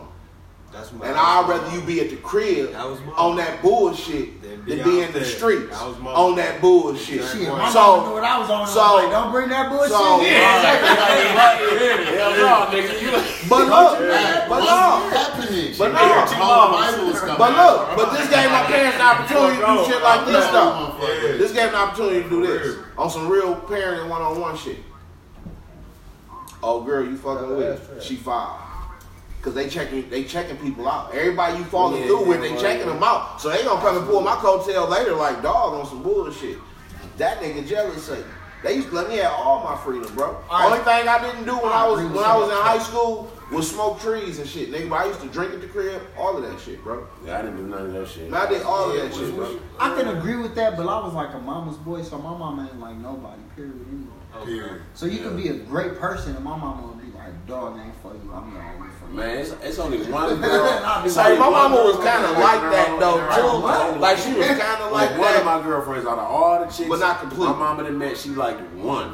F: That's my
A: and I'd rather you be at the crib
F: That was mine.
A: on that bullshit
F: Than
A: than
F: be
A: be,
F: out
A: in the
F: there.
A: streets
F: That was mine.
A: on that bullshit.
B: Shit, my mama knew
A: So
B: what I was on.
A: so-
B: I was like, don't bring that bullshit.
A: so-
C: Hell no, nigga, you like,
A: but look, but
E: What's
A: no.
E: happening?
A: But no.
E: Your whole Bible was coming
A: But
E: out.
A: look, but this gave my parents the opportunity to do shit like this though.
E: Motherfucker.
A: This gave an opportunity to do this on some real parenting one on one shit. Oh girl, you fucking with she filed. Cause they checking they checking people out. Everybody you falling
C: Yeah,
A: through with,
C: yeah,
A: they
C: right,
A: checking them out. So they gonna come and pull my coattail later like dog on some bullshit. That nigga jealous say. They used to let me have all my freedom, bro.
B: All
A: Only thing I didn't do when I was
B: agree with
A: when I
B: you.
A: was in high school was smoke trees and shit, nigga. But I used to drink at the crib, all of that shit, bro.
C: I didn't do none of that shit.
A: Man, I did all of that shit, bro.
B: I can agree with that, but I was like a mama's boy, so my mama ain't like nobody, period, anyway.
E: Period.
B: So you could be a great person, and my mama would be like, dog, I ain't for you. I'm the only for you.
C: Man, it's, it's only one
B: And
C: girl.
B: I'd be
C: So
A: Like,
B: like,
A: my mama was kind of like that though too.
C: What?
A: Like she was kind of like
C: Like one of
A: that.
C: my girlfriends out of all the chicks,
A: But not complete.
C: My mama done met, she liked one.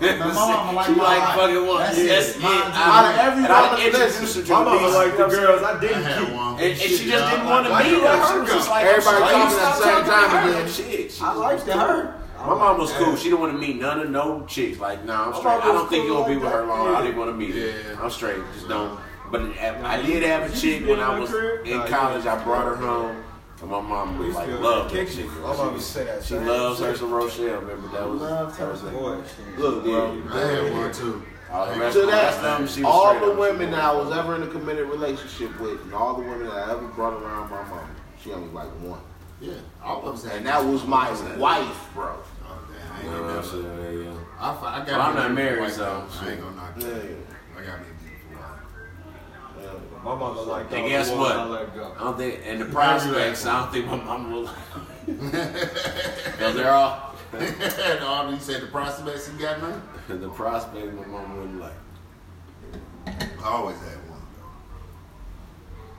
C: nigga.
B: my mama like
C: she
B: my
C: like
B: life.
C: fucking one.
B: That's
C: That's,
B: it.
C: it.
B: Mine too.
A: Out
C: I-
A: of every
C: and I
A: woman-
C: didn't introduce
A: listen,
C: her to
F: My
C: the
F: mama
C: beast.
F: like the girls I
E: I
F: didn't
E: had
F: keep.
E: one.
C: And, and she just didn't want
E: wanna
C: to
F: Why
C: meet
F: you let
C: her. She
F: her
C: was
F: go?
C: just like,
A: Everybody
C: why you
A: talking at the
C: stop
A: same
C: talking
A: time
C: to her?
A: again.
C: Shit, she
F: I
C: was
F: liked
C: just
F: her.
C: cool. My mom was cool. She didn't want to meet none of no chicks. Like, nah, I'm
F: My
C: straight.
F: mama
C: I
F: was
C: don't think
F: cool
C: you're gonna be
F: like
C: with her
F: that.
C: long.
F: Yeah.
C: I didn't want to meet her.
E: Yeah.
C: I'm straight. Just don't. But I I did have a chick when I was in college. I brought her home, and my mom was like, loved that chick.
F: My mama used to say that.
C: She
F: same
C: loves her
F: shit.
C: some Rochelle. Remember that was
B: Loved her.
C: that was like-
F: Boy,
A: Look, bro.
E: I had one too.
C: Oh, the rest-
A: To
C: the rest of them, she
A: that,
C: was
A: all
C: straight
A: the
C: up.
A: women that I was ever in a committed relationship with, and all the women that I ever brought around my mom, she only like one,
E: Yeah, all of them.
A: and that was my wife, bro.
E: Oh, damn,
C: Yeah,
E: I Oh, ain't even
C: yeah,
E: know shit.
C: yeah, yeah.
E: I, fi- I got
C: But I'm
E: me
C: not
E: a
C: married,
E: wife,
C: so,
E: though. I
C: shit.
E: ain't gonna knock
A: Yeah.
E: that. I got me a beautiful wife.
A: Yeah.
F: My mama like
C: And guess what?
F: I let go.
C: I don't think, and the prospects, I don't think my mom will. Cause they're all
E: and all you said the prospects he got man.
C: the prospects my mom wouldn't like.
E: I always had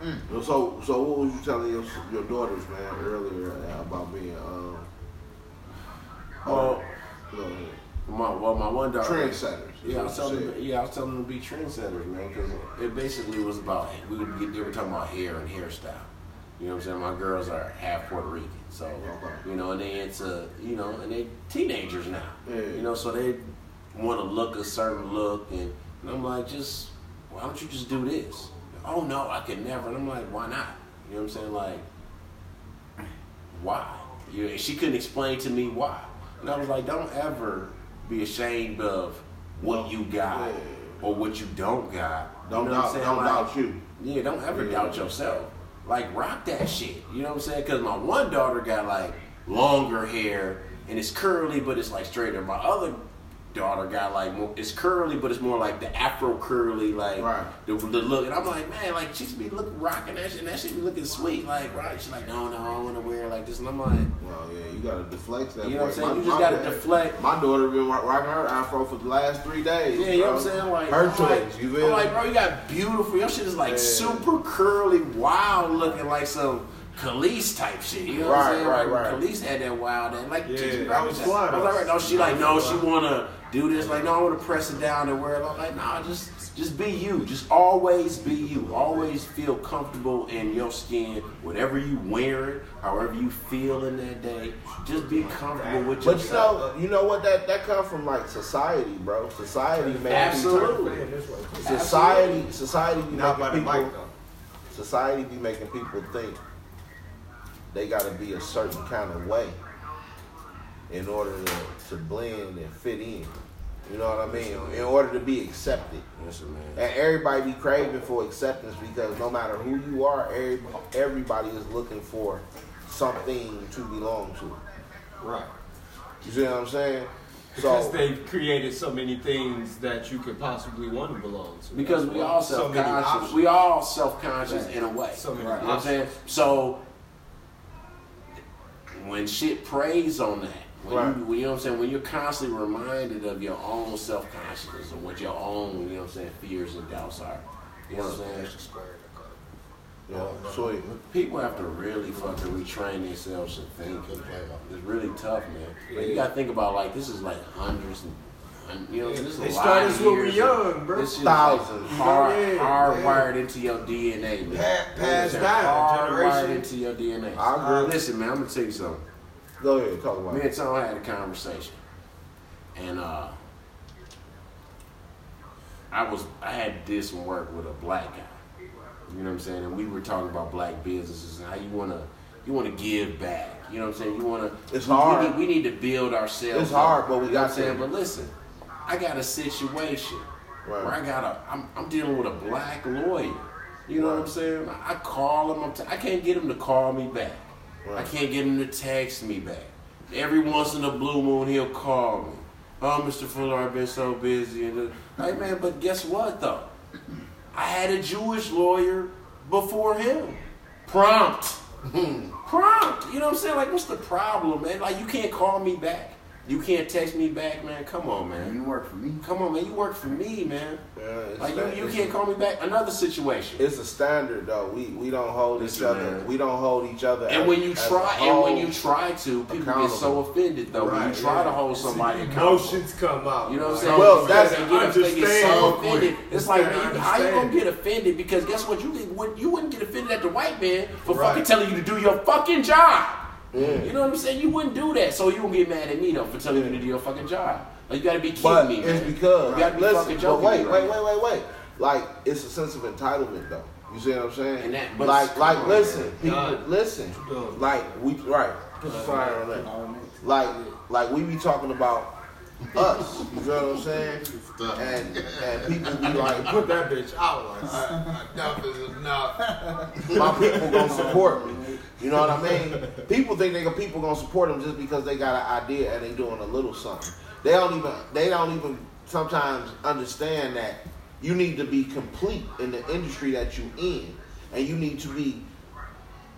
E: one.
A: So, so what was you telling your your daughters, man, earlier uh, about being? Um,
C: Well,
A: you know,
C: my well, my one daughter.
A: Trendsetters.
C: Yeah, I was
A: That's what
C: telling
A: you
C: them, yeah, I was telling them to be trendsetters, man, because it basically was about we would get they were talking about hair and hairstyle. You know what I'm saying? My girls are half Puerto Rican, so
A: Okay.
C: you know, and they into you know, and they teenagers now.
A: Yeah.
C: You know, so they want to look a certain look, and, and I'm like, just why don't you just do this? Oh no, I could never. And I'm like, why not? You know what I'm saying? Like, why? You know, she couldn't explain to me why. And I was like, don't ever be ashamed of what you got
A: Yeah.
C: or what you don't got.
A: Don't
C: you know what I'm
A: doubt,
C: saying?
A: don't
C: Like,
A: doubt you.
C: Yeah, don't ever
A: Yeah.
C: doubt yourself. Like, rock that shit. You know what I'm saying? Because my one daughter got like longer hair and it's curly, but it's like straighter. My other daughter got like more, it's curly, but it's more like the afro curly, like
A: Right.
C: the, the look. And I'm like, man, like she should be look rocking that shit, and that shit be looking sweet. Like, right? She's like, no, no, I want to wear like this. And I'm like,
A: Well, yeah, you gotta deflect that.
C: you know what
A: boy.
C: I'm saying?
A: My-
C: You just
A: my
C: gotta
A: dad-
C: deflect.
A: My daughter been rock- rocking her afro for the last three days.
C: Yeah, you know what I'm
A: bro.
C: saying? Like,
A: her
C: I'm
A: choice.
C: like,
A: you
C: I'm
A: feel
C: like,
A: like,
C: bro, you got beautiful. Your shit is like
A: Yeah.
C: super curly, wild looking, like some Khalees type shit. You know
A: Right,
C: what I'm saying?
A: right,
C: Like,
A: right.
C: Khalees had that wild, that like,
F: Yeah,
C: she-
F: that was
C: I was
F: fly.
C: like, right, no, she like, no, she wanna do this. Like, no, I wanna press it down and wear it. I'm like, nah, just, just be you. Just always be you. Always feel comfortable in your skin, whatever you wearing, however you feeling that day. Just be comfortable with
A: But you
C: yourself.
A: know, you know what? That that come from like society, bro. Society made
C: Absolutely.
F: Man, this way.
A: People, society, society be
F: Not by the
A: making
F: mic
A: people.
F: though.
A: Society be making people think they gotta be a certain kind of way in order to, to blend and fit in. You know what I mean? In order to be accepted.
C: Listen, man.
A: And everybody be craving for acceptance because no matter who you are, every- everybody is looking for something to belong to.
F: Right.
A: You see what I'm saying?
F: Because
A: So
F: they've created so many things that you could possibly want to belong to.
C: Because we all
F: So
C: self
F: many
C: conscious.
F: options.
C: We all self conscious in a way.
F: So many
C: You know what I'm
F: options.
C: saying? So when shit preys on that, when
A: Right.
C: you, when, you know what I'm saying, when you're constantly reminded of your own self consciousness and what your own, you know what I'm saying, fears and doubts are. You know what I'm saying?
A: Yeah, sweet.
C: People have to really fucking retrain themselves to think.
E: Good playoff.
C: It's really tough, man. Like, you gotta think about like this is like hundreds and. hun- You know, this is a
F: They
C: lot
F: started
C: of
F: us when we
C: years
F: young,
C: of-
F: bro. Oh,
C: This shit is,
A: Thousands.
C: Like hard,
F: Yeah,
C: hardwired into your DNA, man.
F: Pa- passed
C: It's
F: down,
C: Hardwired
F: generation.
C: into your DNA.
A: I agree.
C: Listen, man, I'm gonna tell you something.
A: Go ahead, talk about
C: Me
A: it.
C: and Tom had a conversation, and uh, I was I had did some work with a black guy. You know what I'm saying? And we were talking about black businesses and how you wanna you wanna give back. You know what I'm saying? You wanna
A: It's
C: we, we
A: hard.
C: need- We need, to build ourselves.
A: It's hard,
C: up.
A: but we
C: You know what
A: got
C: I'm saying.
A: to.
C: But listen, I got a situation
A: Right.
C: where I got a I'm, I'm dealing with a black lawyer. You know what I'm saying? I I call him. I'm t- I can't get him to call me back.
A: Right.
C: I can't get him to text me back. Every once in a blue moon, he'll call me. Oh, Mr. Fuller, I've been so busy. And like, man, but guess what though? I had a Jewish lawyer before him. Prompt. Prompt. You know what I'm saying? Like, what's the problem, man? Like, you can't call me back. You can't text me back, man. Come on, man.
B: You work for me.
C: Come on, man. You work for me, man.
A: Yeah, it's
C: Like,
A: that-
C: you, you
A: it's-
C: can't call me back. Another situation.
A: It's a standard though. We we don't hold each
C: Listen,
A: other.
C: man.
A: We don't hold each other.
C: And
A: as-
C: when you
A: as a
C: try, and when
A: whole.
C: you try to, people
A: accountable.
C: get so offended though. when
A: Right,
C: you try
A: yeah.
C: to hold somebody accountable,
F: Emotions come out.
C: you know what I'm saying?
F: Like,
A: Well,
C: People
A: that's-
C: get offended, they get so
F: understand.
C: offended. It's like, man, you- how you gonna
F: Understand.
C: get offended? Because guess what? You wouldn't, you wouldn't get offended at the white man for
F: Right.
C: fucking telling you to do your fucking job. You know what I'm saying? You wouldn't do that, so you won't get mad at me though for telling you to do your fucking job. Like you gotta be kidding
A: But
C: me,
A: it's
C: man.
A: because
C: you gotta be
A: listen,
C: fucking
A: but
C: joking.
A: wait,
C: me,
A: wait,
C: right?
A: wait, wait, wait. Like it's a sense of entitlement though. You see what I'm saying?
C: And that- but-
A: like,
C: come
A: like,
C: on,
A: listen, people,
F: God.
A: listen.
F: God.
A: Like we right. Put the fire on that. Like, like we be talking about us. You know what I'm saying? And and people be like,
F: Put that bitch out. Like, "Alright, enough is enough.
A: my people gonna support me. You know what I mean? People think they people gonna support them just because they got an idea and they doing a little something. They don't even they don't even sometimes understand that you need to be complete in the industry that you in, and you need to be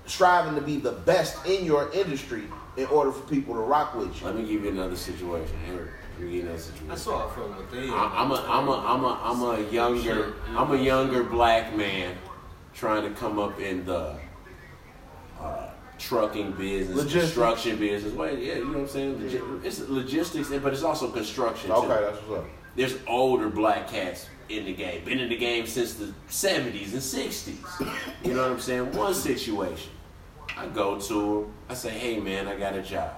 A: striving to be the best in your industry in order for people to rock with you.
C: Let me give you another situation, Eric. Let me give you another situation.
F: I saw it from within.
C: I- I'm a I'm a I'm a I'm a younger I'm a younger black man trying to come up in the uh, trucking business,
A: Logistics.
C: construction business. Wait, yeah, you know what I'm saying? Logi- It's logistics, but it's also construction. too.
A: Okay, that's what's up.
C: There's older black cats in the game, been in the game since the 70s and 60s. You know what I'm saying? One situation, I go to him, I say, hey man, I got a job.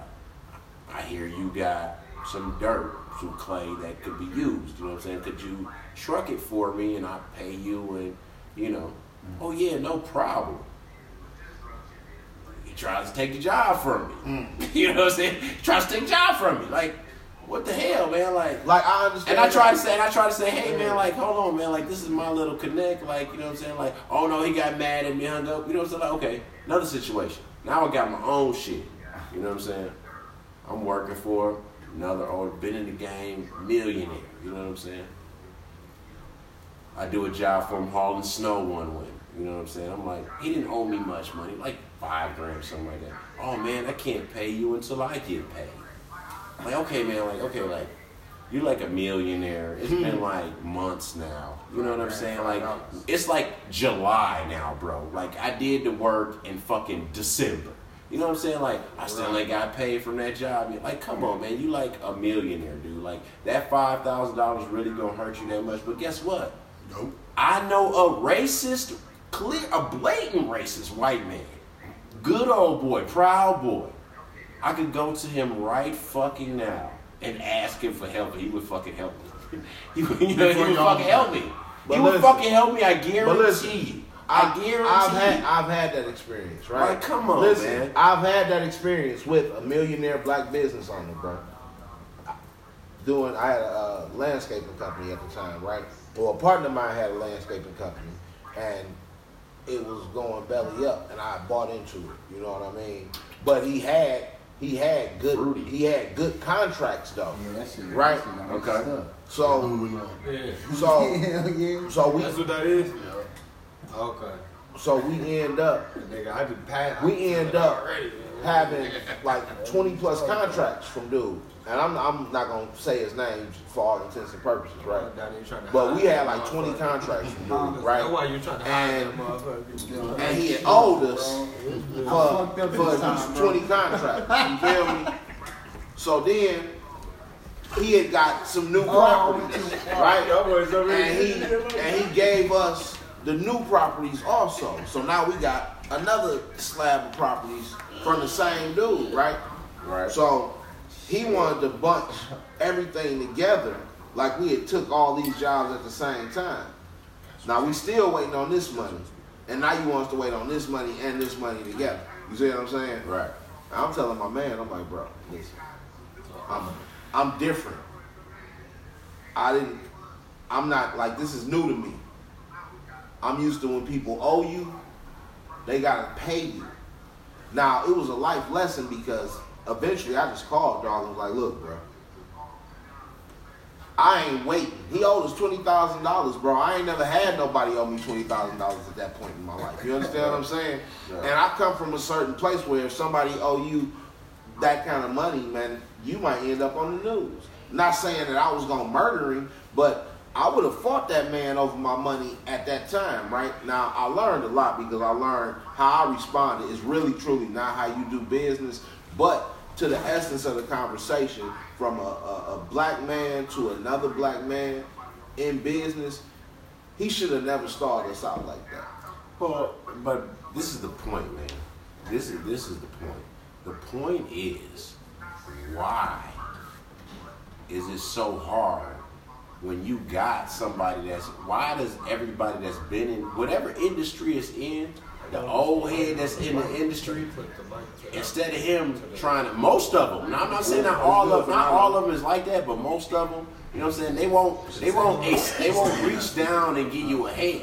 C: I hear you got some dirt, some clay that could be used. You know what I'm saying? Could you truck it for me and I pay you and, you know, oh yeah, no problem. He tries to take the job from me. you know what I'm saying? He tries to take the job from me. Like, what the hell, man? Like,
A: Like I understand.
C: and I try to say, and I try to say, hey man, like, hold on, man, like, this is my little connect, like, you know what I'm saying? Like, oh no, he got mad at me, hung up. You know what I'm saying? Like, okay, another situation. Now I got my own shit. You know what I'm saying? I'm working for another old, been in the game, millionaire. You know what I'm saying? I do a job for him hauling snow one winter. You know what I'm saying? I'm like, he didn't owe me much money, like five grand or something like that. Oh man, I can't pay you until I get paid. Like, okay, man, like, okay, like, you're like a millionaire. It's been like months now. You know what I'm saying? Like, it's like July now, bro. Like, I did the work in fucking December. You know what I'm saying? Like, I still ain't got paid from that job. yet. Like, come on, man. You like a millionaire, dude. Like, that $5,000 really gonna hurt you that much. But guess what?
E: Nope.
C: I know a racist, clear, a blatant racist white man. Good old boy, proud boy. I could go to him right fucking now and ask him for help. and He would fucking help me. he would, you know, he would fucking help me.
A: But
C: he would
A: listen.
C: fucking help me. I
A: But
C: guarantee
A: listen,
C: you. I,
A: I,
C: guarantee
A: I've had
C: you.
A: I've had that experience, right?
C: Like, come on,
A: Listen,
C: man.
A: I've had that experience with a millionaire black business owner, bro. Doing, I had a, uh landscaping company at the time, right? Well, a partner of mine had a landscaping company, and it was going belly up, and I bought into it. You know what I mean? But he had he had good
C: Fruity.
A: he had good contracts though,
B: Yeah, that shit.
A: Right.
B: That shit got me
C: Okay.
B: stuck.
A: so
E: Moving on.
F: Yeah.
A: so
B: Hell yeah.
A: so we
F: That's what that is? Okay.
A: So we end up
F: Nigga, I just passed.
A: we end up
F: Already, man.
A: having like 20 plus contracts from dude. And I'm, I'm not gonna say his name for all intents and purposes, right?
F: Down there trying to
A: But
F: hide
A: we had
F: that
A: like 20
F: motherfucker.
A: contracts from dude,
B: That's
F: That's
A: right?
F: why you trying to hide that
A: And-
F: motherfucker. You know?
A: And he owed us for, for
B: fucked up
A: at
B: this time,
A: least
B: bro.
A: 20 contracts. You feel me? So then he had got some
B: Oh,
A: new properties, right?
F: Y'all boys over
A: And he
F: here.
A: and he gave us the new properties also. So now we got another slab of properties from the same dude, right?
E: Right.
A: So he wanted to bunch everything together like we had took all these jobs at the same time. Now we still waiting on this money. And now you want us to wait on this money and this money together. You see what I'm saying?
E: Right.
A: I'm telling my man, I'm like, bro, listen, I'm, I'm different. I didn't, I'm not like this is new to me. I'm used to when people owe you, they gotta pay you. Now it was a life lesson because eventually I just called dog and was like, look, bro, I ain't waiting. He owed us twenty thousand dollars, bro. I ain't never had nobody owe me twenty thousand dollars at that point in my life. You understand what I'm saying?
E: Yeah.
A: And I come from a certain place where if somebody owe you that kind of money, man, you might end up on the news. Not saying that I was gonna murder him, but I would have fought that man over my money at that time, right? Now I learned a lot because I learned how I responded is really truly not how you do business, but to the essence of the conversation from a, a, a black man to another black man in business, he should have never started us out like that.
C: But but this is the point, man. This is this is the point. The point is why is it so hard when you got somebody that's why does everybody that's been in whatever industry is in the old head that's in the industry instead of him trying to most of them now i'm not saying not all of not all of them is like that but most of them you know what i'm saying they won't they won't they won't reach down and give you a hand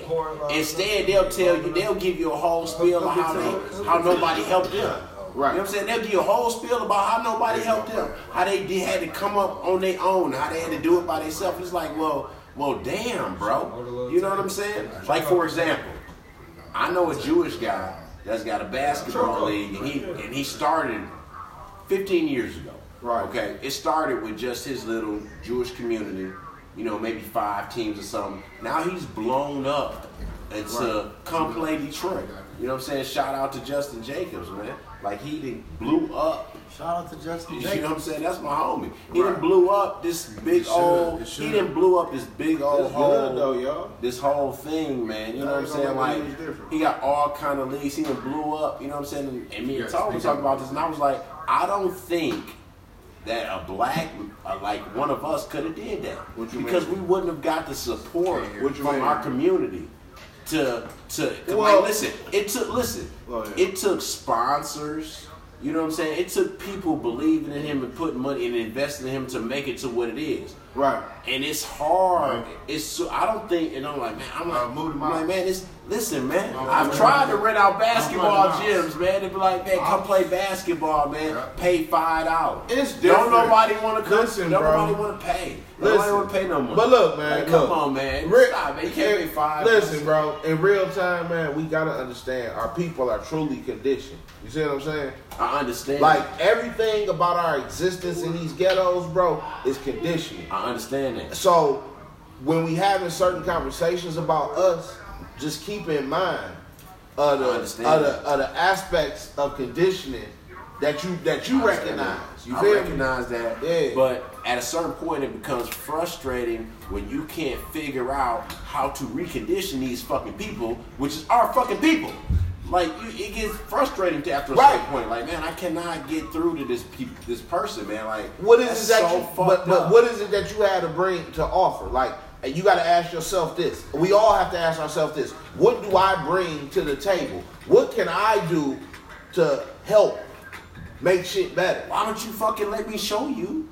C: instead they'll tell you they'll give you a whole spiel of how they how nobody helped them
A: Right.
C: you know what I'm saying? They'll give you a whole spiel about how nobody helped them, how they did, had to come up on their own, how they had to do it by themselves. It's like, well, well, damn, bro. You know what I'm saying? Like, for example, I know a Jewish guy that's got a basketball league, and he and he started 15 years ago.
A: Right.
C: Okay. It started with just his little Jewish community, you know, maybe five teams or something. Now he's blown up into come play Detroit. You know what I'm saying? Shout out to Justin Jacobs, man. Like he done blew up.
B: Shout out to Justin
C: You
B: Jacobs.
C: know what I'm saying? That's my homie. He done blew up this big
E: should,
C: old.
E: it
C: He
E: should.
C: done blew up this big old
A: That's
C: hole
A: good though, y'all.
C: this whole thing, man. You know
A: Nah,
C: what I'm
A: it's
C: saying?
A: gonna make it
C: Like
A: different.
C: he got all kind of leaks. He done blew up. You know what I'm saying? And me and Tom was talking about this, and I was like, I don't think that a black, uh, like one of us, could have did that
A: What you
C: because
A: mean?
C: we wouldn't have got the support
A: What you
C: from
A: mean?
C: our community. To to 'cause,
A: Well-
C: like, listen, it took listen,
A: Go ahead.
C: it took sponsors. You know what I'm saying? It took people believing in him and putting money and investing in him to make it to what it is.
A: Right.
C: And it's hard. It's so, I don't think, and I'm like, man, I'm like,
E: Uh, move them
C: I'm
E: out.
C: like, man, it's listen, man.
E: Uh,
C: I've
E: move
C: tried
E: them
C: to
E: out.
C: rent out basketball
E: Uh, move them out.
C: gyms, man. They be like, man, come play basketball, man.
E: Yeah.
C: Pay five dollars.
A: It's
C: Don't
A: different.
C: nobody want to come.
A: Listen,
C: don't
A: bro.
C: nobody want to pay. Nobody
A: Listen.
C: want to pay no money.
A: But look, man,
C: Like, come
A: look.
C: on, man.
A: Re-
C: Stop, man. You can't pay
A: in-
C: five.
A: Listen, bro. In real time, man, we gotta understand our people are truly conditioned. You see what I'm saying?
C: I understand.
A: Like everything about our existence in these ghettos, bro, is conditioning.
C: I understand that.
A: So when we having certain conversations about us, just keep in mind of
C: I
A: the, of
C: understand.
A: the, of the aspects of conditioning that you that you
C: I understand
A: recognize.
C: that.
A: You
C: I
A: feel me?
C: recognize that.
A: Yeah.
C: But at a certain point, it becomes frustrating when you can't figure out how to recondition these fucking people, which is our fucking people. Like you, it gets frustrating to after a
A: Right.
C: certain point. Like man, I cannot get through to this peop this person, man. Like
A: What is
C: that's
A: it that
C: so
A: you,
C: fucked
A: but, but
C: up.
A: what is it that you had to bring to offer? Like, and you got to ask yourself this. We all have to ask ourselves this. What do I bring to the table? What can I do to help make shit better?
C: Why don't you fucking let me show you?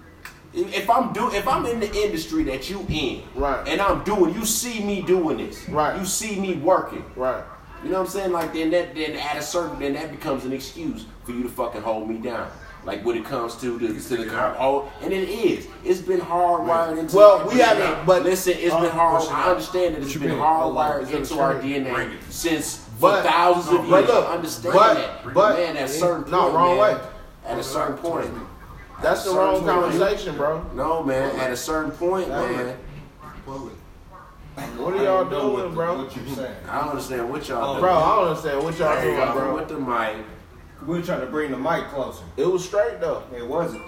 C: If if I'm do, if I'm in the industry that you in,
A: Right.
C: and I'm doing, you see me doing this,
A: Right.
C: You see me working,
A: Right.
C: You know what I'm saying? Like then that then at a certain then that becomes an excuse for you to fucking hold me down. Like when it comes to the to the com- oh, and it is. It's been hardwired into.
A: Well,
C: our
A: we
C: DNA.
A: haven't, but-
C: listen, it's
A: Uh,
C: been hard.
A: push it
C: I understand that it's been hardwired into our
G: Bring
C: DNA
G: it.
C: since
A: But-
C: for thousands of
A: but
C: years.
A: look,
C: I understand
A: but-
C: that,
A: but-
C: man, at a certain
A: no,
C: point,
A: wrong
C: man,
A: way.
C: At a certain point,
A: That's the wrong conversation, bro.
C: no, man. At a certain point,
A: That way.
C: man.
A: What are y'all doing, bro?
G: What you saying?
C: I don't understand what y'all
A: Oh, Bro,
C: doing.
A: I don't understand what y'all
C: There you
A: doing,
C: go.
A: bro.
C: With the mic.
F: We were trying to bring the mic closer.
A: It was straight though.
F: It wasn't.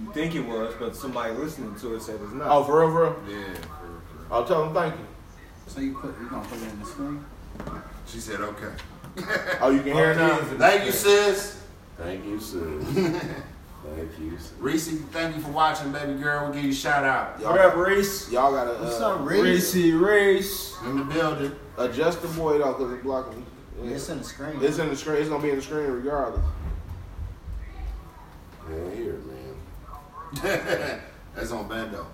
F: You think it was, but somebody listening to it said it's not.
A: Oh, for real, for real.
E: Yeah.
A: I'll tell him thank you.
B: So you put you gonna put it in the screen?
E: She said, okay.
A: Oh, you can hear it now.
E: Thank you, sis.
C: Thank you, sir. Thank you, sir.
E: Reese, thank you for watching, baby girl. We'll give you a shout out.
F: What up, Reese?
A: Y'all gotta uh,
B: What's up, Riz?
F: Reese, Reese.
E: In the building.
A: adjust the boy though, cause it's blocking. me. Yeah.
B: It's in the screen.
A: It's in the screen. It's gonna be in the screen regardless.
C: Man, here, man.
E: That's on Bando.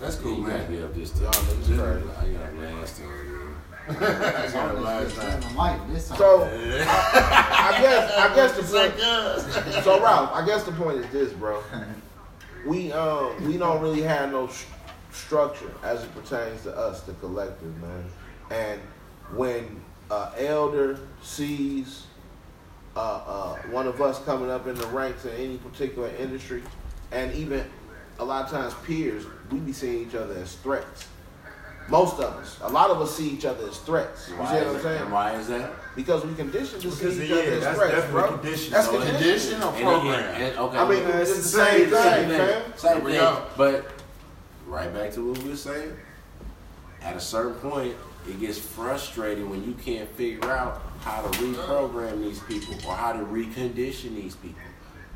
E: That's cool,
C: you got
E: man.
C: me up this
A: Y'all
C: time.
A: niggas uh, crazy.
C: I got last time.
E: I got a last time.
B: the mic this time.
A: So I, I guess I guess the
E: It's like,
A: point.
E: uh,
A: So Ralph, I guess the point is this, bro. We um we don't really have no st- structure as it pertains to us, the collective, man. And when uh, elder sees uh, uh, one of us coming up in the ranks in any particular industry, and even a lot of times peers, we be seeing each other as threats. Most of us, a lot of us see each other as threats. You see
C: Why
A: what
C: is
A: I'm
C: that?
A: saying?
C: And why is that?
A: Because we conditioned to
F: Because,
A: see each
F: yeah,
A: other as
F: that's
A: threats,
F: definitely
A: bro.
F: conditioning.
A: That's
F: So it-
A: conditioning.
E: Additional
C: And again,
E: program.
C: and, okay.
A: I mean,
F: it's
A: it's the
F: the
A: same thing, man.
C: thing. Same
E: Here we
C: thing.
E: go.
C: But right back to what we were saying. At a certain point, it gets frustrating when you can't figure out how to reprogram these people or how to recondition these people.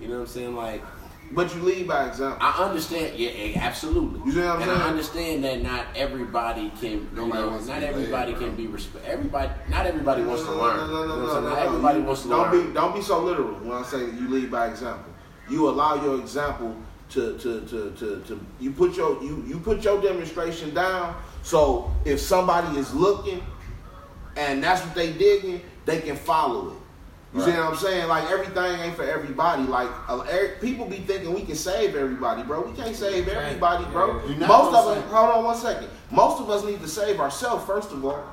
C: You know what I'm saying? Like,
A: But you lead by example.
C: I understand. Yeah, eh, absolutely.
A: You see what I'm
C: and
A: saying?
C: I understand that not everybody can. You
E: Nobody
C: know,
E: wants to
C: not
E: be
C: everybody
E: led,
C: can be respect. Everybody, not everybody wants to learn.
A: No, no,
C: You know
A: no,
C: what
A: no,
C: I'm saying?
A: no,
C: Not
A: no.
C: everybody
A: You-
C: wants to
A: don't
C: learn.
A: be don't be so literal when I say you lead by example. You allow your example to to, to, to, to you put your you, you put your demonstration down so if somebody is looking and that's what they digging, they can follow it. You see
C: Right.
A: what I'm saying? Like everything ain't for everybody. Like uh, er, people be thinking we can save everybody, bro. We can't save everybody, bro.
E: You're not
A: Most of
E: gonna
A: us, hold on one second. Most of us need to save ourselves first of all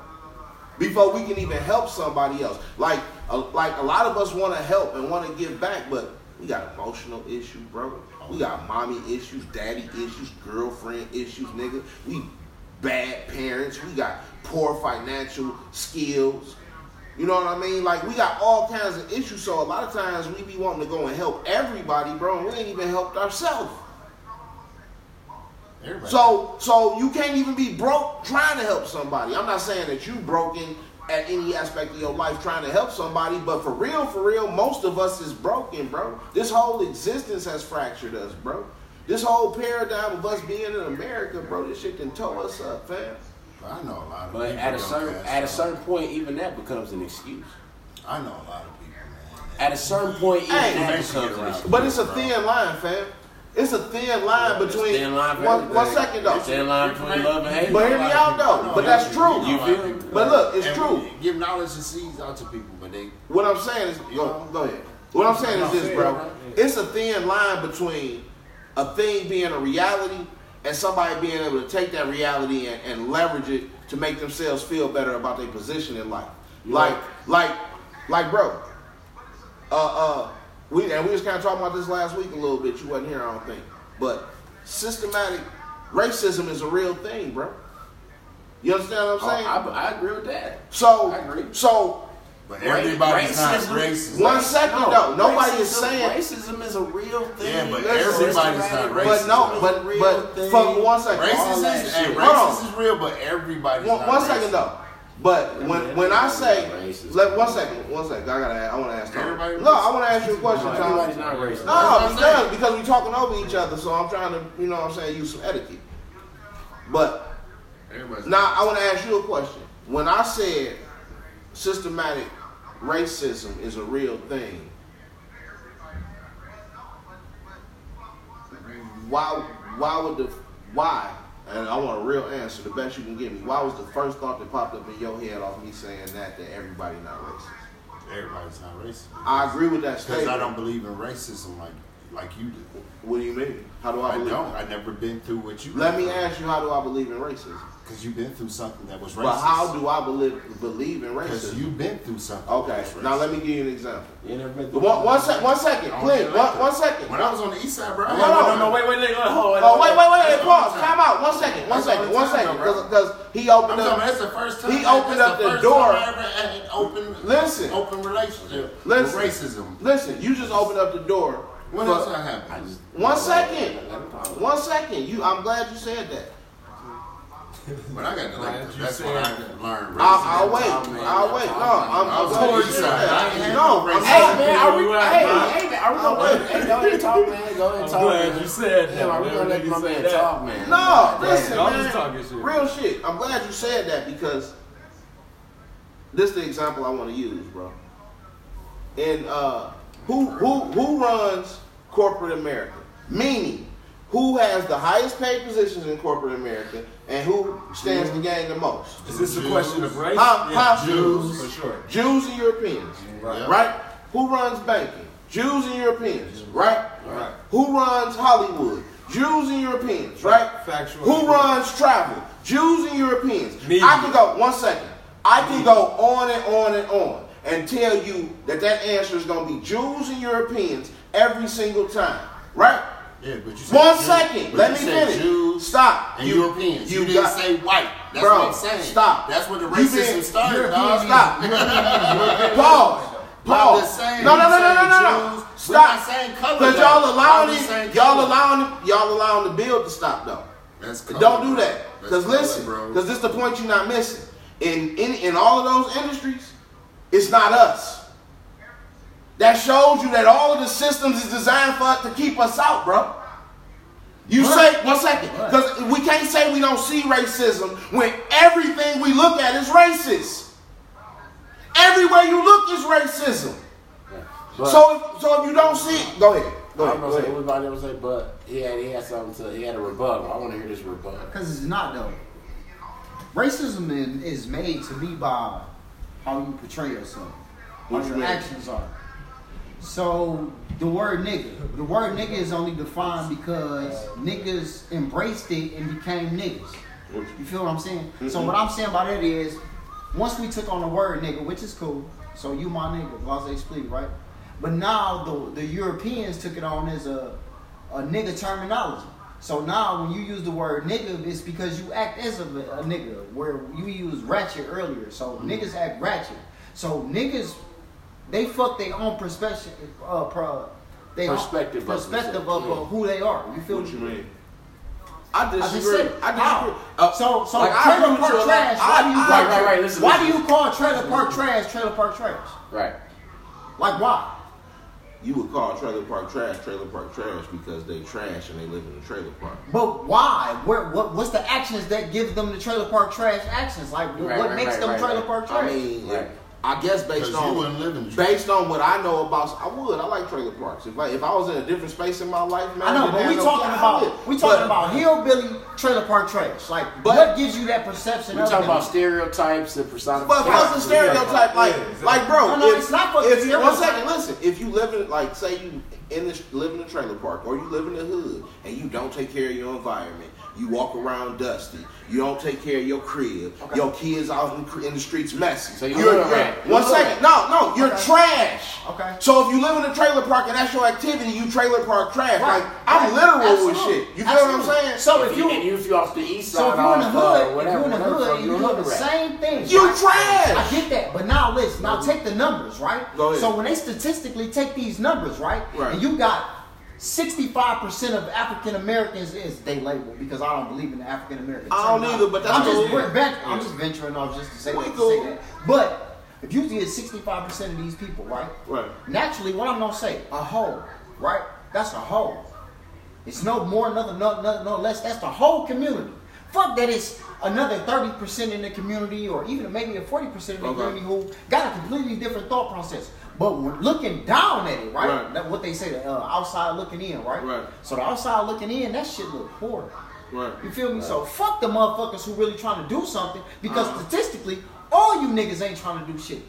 A: before we can even help somebody else. Like, a, like a lot of us want to help and want to give back, but we got emotional issues, bro. We got mommy issues, daddy issues, girlfriend issues, nigga. We bad parents. We got poor financial skills. You know what I mean? Like we got all kinds of issues. So a lot of times we be wanting to go and help everybody, bro, and we ain't even helped ourselves.
E: Everybody.
A: So so you can't even be broke trying to help somebody. I'm not saying that you broken at any aspect of your life trying to help somebody, but for real, for real, most of us is broken, bro. This whole existence has fractured us, bro. This whole paradigm of us being in America, bro, this shit can tow us up, fam.
E: I know a lot of
C: But
E: people.
C: at a
E: don't
C: certain
E: pass
C: at a
E: out.
C: certain point, even that becomes an excuse.
E: I know a lot of people, man.
C: At a certain point, even
A: Hey,
C: that
E: Mexican
C: becomes an
E: route.
C: excuse.
A: But it's a thin line, fam. It's a thin line
C: It's
A: between
C: thin line for
A: one, one
C: everything.
A: second though.
C: It's thin line between love and hate.
A: But hear me out
E: I
A: though.
E: know
A: But
E: a lot of
A: that's
E: people.
A: true.
C: You
E: I know a lot
C: feel
E: of
C: me?
E: people.
A: But look, it's
E: And
A: true.
E: we Give knowledge and seeds out to people, but they
A: What I'm saying is, go, go ahead. What I'm saying is this, bro. It's a thin line between a thing being a reality and somebody being able to take that reality and, and leverage it to make themselves feel better about their position in life. Like, like, like, bro. Uh, uh, we and we was kind of talking about this last week a little bit. You wasn't here, I don't think. But systematic racism is a real thing, bro. You understand what
C: Oh,
A: I'm saying?
C: I, I agree with that.
A: so,
C: I agree.
A: so
E: but
C: Ra-
E: everybody's not
C: racism-
E: racist.
A: one second though, nobody is
C: racism-
A: saying
C: racism is a real thing.
E: Yeah, but
C: That's
E: everybody's
C: systematic
E: not
A: But
E: racist.
A: no, but
C: Real
A: but
C: thing.
A: for one second, all
E: Racist
A: that
E: is,
A: shit.
E: hey,
A: Hold
E: racist is real, but everybody's
A: on. One-
E: not
A: one
E: racist.
A: second though. But when when I say
C: Racist.
A: let one second, one second, I gotta I want to ask Tom.
E: Everybody
A: No, I want to ask you a question,
C: Everybody's
A: Tom.
C: not racist.
A: No,
E: That's what I'm
A: because because we talking over each other, so I'm trying to you know what I'm saying use some etiquette. But
E: Everybody's
A: now I want to ask you a question. When I said systematic racism is a real thing, why why would the why? And I want a real answer, the best you can give me. Why was the first thought that popped up in your head off me saying that that everybody not racist?
E: Everybody's not racist.
A: I agree with that
E: Because
A: statement.
E: I don't believe in racism like like you do.
A: What do you mean? How do I,
E: I
A: believe?
E: don't. I never been through what you.
A: Let me ask you, how do I believe in racism?
E: Because you've been through something that was racist.
A: But how do I believe believe in
E: Because
A: racism?
E: you've been through something. that
A: okay,
E: was
A: now
E: racist.
A: let me give you an example.
C: You never been through
A: One, one, sec, one second,
E: I don't
A: please.
E: feel like
A: One,
E: that.
A: one second.
E: When I was on the east side, bro.
C: No,
E: I
C: no, no,
E: had-
C: no, wait, wait, wait, hold on.
A: Oh, wait, wait, wait, wait,
E: That's all
A: pause.
E: the time.
A: Time out. One second, one
E: That's all
A: second,
E: the
A: one
E: time,
A: second.
E: bro.
A: Because he
E: I'm
A: opened
E: talking about
A: up.
E: that's the first time.
A: He
E: that's
A: opened up the
E: first
A: door.
E: Time I ever had an open,
A: Listen.
E: open relationship
A: Listen.
E: with racism.
A: Listen, you just opened up the door.
E: What
A: for-
E: else I happened?
A: One second. One second. You, I'm glad you said that.
E: But I got to
F: Glad
E: like,
F: you
E: that's
F: said
E: when I
F: that.
E: learned racism.
A: I'll, I'll wait.
C: Oh, man.
A: I'll wait. No, I'm,
E: I
A: I'm
E: was
A: glad you
E: told
A: said
E: you, I
A: that.
E: ain't
A: No, I'm
E: no racism.
C: Hey,
A: happy.
C: man, are we,
A: Hey,
C: hey, hey, man, are we gonna let, hey, go ahead and talk, man. Go ahead
F: I'm
C: and talk.
F: glad
C: man.
F: you said that.
C: Yeah, are we
F: Real
C: gonna let
F: niggas
C: my
F: say
C: man
F: that.
C: talk, man?
A: No, listen,
F: I'm
A: man.
F: just talking shit.
A: Real shit. I'm glad you said that because this is the example I want to use, bro. And uh, who who who runs corporate America? Meaning, who has the highest paid positions in corporate America, and who stands to gain the most?
F: Is this a question of race?
A: How-
F: Yeah,
A: how-
F: Jews, for sure.
A: Jews and Europeans,
E: Right.
A: right? Who runs banking? Jews and Europeans, right? Right. Who runs Hollywood? Jews and Europeans, right?
F: Factual.
A: Who runs travel? Jews and Europeans.
F: Media.
A: I can go one second. I can go on and on and on and tell you that that answer is going to be Jews and Europeans every single time, right?
E: Yeah, but you said
A: One
E: Jews.
A: second.
E: But
A: Let
E: you
A: me
E: said
A: finish.
E: Jews
A: Stop.
E: and Europeans. You, didn't
A: got-
E: say white. That's
A: Bro,
E: what I'm saying.
A: stop.
E: That's where the
A: You
E: racism
A: been-
E: started,
A: Europeans,
E: dog.
A: stop. Pause.
E: I'm
A: Pause.
E: just saying,
A: No, no,
E: you
A: no, no, no,
E: saying
A: no, no.
E: Jews, we're
A: Stop.
E: not saying color,
A: Because
E: though.
A: y'all
E: I'm
A: allowing
E: just saying
A: it. Y'all
E: color.
A: allowing it. Y'all allowing the bill to stop though.
E: That's color,
A: Don't do
E: bro.
A: that.
E: That's
A: Because
E: color,
A: listen.
E: bro.
A: Because this is the point you're not missing. In in in all of those industries, it's not us. That shows you that all of the systems is designed for to keep us out, bro. You say one second, because we can't say we don't see racism when everything we look at is racist. Everywhere you look is racism.
C: But-
A: so, if, so if you don't see, it, go ahead. Go
C: I
A: ahead.
C: don't know
A: Go
C: what
A: ahead.
C: everybody ever say, but he had he had something to he had a rebuttal. I want to hear this rebuttal.
B: Because it's not though. Racism in- is made to be by how you portray yourself, how
A: Which
B: your
A: way?
B: actions are. So the word nigga, the word nigga is only defined because niggas embraced it and became niggas. You feel what I'm saying? So what I'm saying by that is, once we took on the word nigga, which is cool. So you my nigga, blase split, right? But now the the Europeans took it on as a a nigga terminology. So now when you use the word nigga, it's because you act as a, a nigga. Where you used ratchet earlier, so niggas act ratchet. So niggas, they fuck their own perspective, uh, pro, they own-
C: Perspective of
B: perspective
C: themselves,
B: of, uh
C: yeah.
B: who they are. You feel
A: What
B: me?
A: you mean? I
B: I just
A: disagree. I
B: said,
A: disagree.
B: how?
A: Uh,
B: so, so
A: like, I
B: trailer
A: agree with
B: park
A: you a lot.
B: trash.
A: I-
B: Why do you
A: I-
B: call
C: Right, right, right, listen,
B: Why
C: listen.
B: do you call trailer park trash? Trailer park trash.
C: Right.
B: Like why?
A: You would call trailer park trash trailer park trash because they trash and they live in a trailer park.
B: But why? Where, what? What's the actions that give them the trailer park trash actions? Like wh-
C: Right,
B: what
C: right,
B: makes
C: right,
B: them
C: right,
B: trailer
C: right.
B: park trash?
A: I mean,
C: Right.
A: I guess based
E: 'Cause you wouldn't
A: on
E: live in the trailer.
A: based on what I know about, I would. I like trailer parks. If I if I was in a different space in my life, man.
B: I know,
A: then
B: but we
A: there's no
B: talking
A: problem.
B: about we
A: But-
B: talking about hillbilly trailer park trash. Like,
A: But-
B: what gives you that perception?
C: We
B: of
C: talking
B: them?
C: about stereotypes and
A: But fuck the
C: personifications.
A: stereotype, like,
F: Yeah, exactly.
A: like, bro.
B: No, no,
A: if,
B: it's not fucking
A: if you- One second,
B: stereotype.
A: listen. If you live in, like, say you in this live in a trailer park or you live in the hood and you don't take care of your environment, you walk around dusty. You don't take care of your crib. Your kids out in, cr- in the streets messy.
C: So you
A: You're-
C: a hood
A: you're-
C: rat. You
A: One
C: a hood
A: second, no, no, you're
B: Okay.
A: trash.
B: Okay.
A: So if you live in a trailer park and that's your activity, you trailer park trash.
B: Right,
A: Like I'm
B: right.
A: literal with
B: Absolutely.
A: shit. You feel what
B: Absolutely.
A: I'm saying?
B: So
C: If you, and you if you off the east side,
B: So if you're in the
C: off,
B: hood,
C: uh,
B: if
C: whatever,
B: you're in the
C: whatever,
B: hood, you
C: you're a
B: do
C: hood
B: the
C: rat.
B: same thing.
A: You
B: right?
A: trash. Mm-hmm.
B: I get that, but now listen. Now take the numbers, right?
A: Go ahead.
B: So when they statistically take these numbers, right?
A: Right.
B: And you got 65% of African Americans is they label because I don't believe in the African Americans.
A: I don't either, but that's
B: I'm just,
A: what we-
B: we're vent- I'm just venturing off just to say,
A: We
B: that, to
A: cool.
B: say that. But if you get 65% of these people, right?
A: Right.
B: Naturally, what I'm gonna say, a whole, right? That's a whole. It's no more, another, no, no, no less. That's the whole community. Fuck that it's another 30% in the community or even maybe a 40% in the
A: Okay.
B: community who got a completely different thought process. But when looking down at it, right?
A: Right.
B: That what they say, the uh, outside looking in, right?
A: Right.
B: So the outside looking in, that shit look poor.
A: Right.
B: You feel me? So fuck the
E: Uh-huh.
B: motherfuckers who really trying to do something because statistically, all you niggas ain't trying to do shit.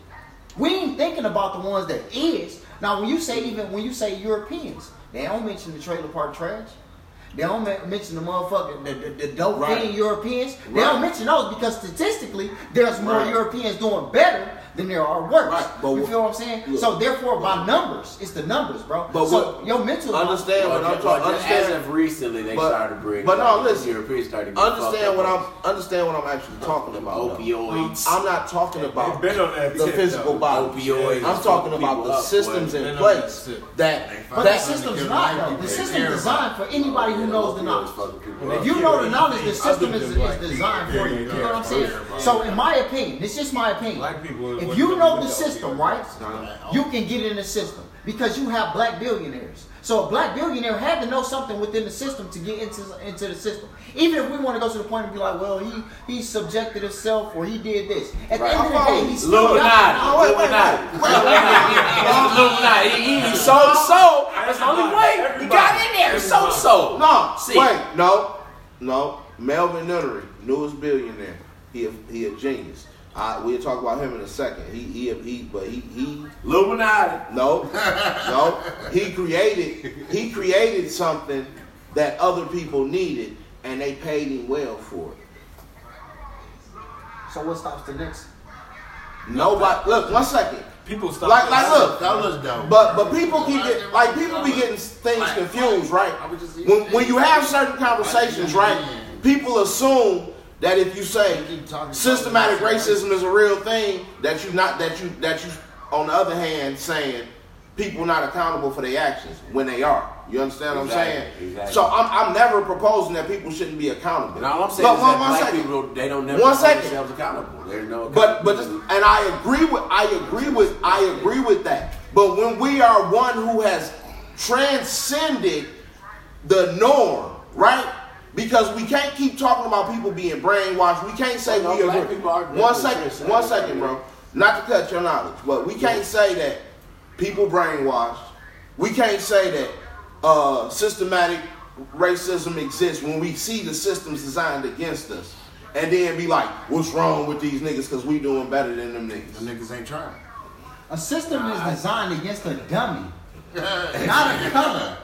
B: We ain't thinking about the ones that is. Now, when you say even when you say Europeans, they don't mention the trailer park trash. They don't men- mention the motherfucking the, the, the dope
E: Right.
B: fiend Europeans. They
E: Right.
B: don't mention those because statistically, there's more
E: Right.
B: Europeans doing better than there are worse.
E: Right, but
B: you
E: what-
B: feel what I'm saying?
E: look.
B: so therefore, by numbers, it's the numbers, bro.
C: But
B: so
C: what-
B: your mental
A: Understand what I'm talking.
C: as
A: Understand.
C: of recently, they
A: But-
C: started bringing.
A: but no,
C: up
A: listen.
C: Europeans started. Getting
A: Understand
C: fucked
A: what
C: up
A: I'm. Understand what I'm actually talking about. though.
C: Opioids.
A: I'm not talking about
F: been on that
A: the
F: tip,
A: physical
F: though.
A: body.
C: Opioids
A: I'm talking
C: fuck
A: about
C: people
A: the
C: up,
A: systems
C: boy.
A: in
F: They know
A: place
F: that shit.
A: that
B: But the
A: that
B: system's
E: Kill
B: not
E: white
B: though. The
E: people.
B: system's
E: Terrible.
B: designed for anybody who knows the knowledge. If you know the knowledge, the system is, is designed for you. You know what I'm saying? So, in my opinion, it's just my opinion.
F: Black people-
B: If you know the system, right, you can get in the system because you have black billionaires. So, a black billionaire had to know something within the system to get into into the system. Even if we want to go to the point and be like, well, he he subjected himself or he did this. At the end of the day, he's still got
C: Illuminati.
B: the knowledge.
C: Illuminati. Illuminati. He- he- So so. That's the only way he got in there. So so.
A: No,
C: See.
A: wait, no, no. Melvin Nunnery, newest billionaire. He a, he a genius. I, we'll talk about him in a second. He he he, but he he
C: Illuminati.
A: no no. He created he created something that other people needed, and they paid him well for it.
B: So, what stops the next?
A: Nobody look one second.
F: People stop.
A: Like like look,
E: That was dope.
A: But but people keep get like people be getting things confused, right? When when you have certain conversations, right? People assume that if you say systematic racism is a real thing, that you not that you that you on the other hand saying people not accountable for their actions when they are. You understand what I'm saying?
C: Exactly, exactly.
A: So I'm, I'm never proposing that people shouldn't be accountable.
C: And all I'm saying
A: But
C: is
A: one-
C: that
A: one
C: black
A: second.
C: people they don't never
A: One
C: hold
A: second.
C: themselves accountable. There's no.
A: But but this, and I agree with I agree with I agree with that. But when we are one who has transcended the norm, right? Because we can't keep talking about people being brainwashed. We can't say
C: Well, no,
A: we
C: black
A: agree.
C: people are
A: One
C: definitely
A: second,
C: transcended.
A: one second, bro. Not to cut your knowledge, but we can't say that people brainwashed. We can't say that uh, systematic racism exists when we see the systems designed against us, and then be like, "What's wrong with these niggas? Because we doing better than them
E: The
A: niggas."
E: niggas ain't trying.
B: A system is designed against a dummy, not a color.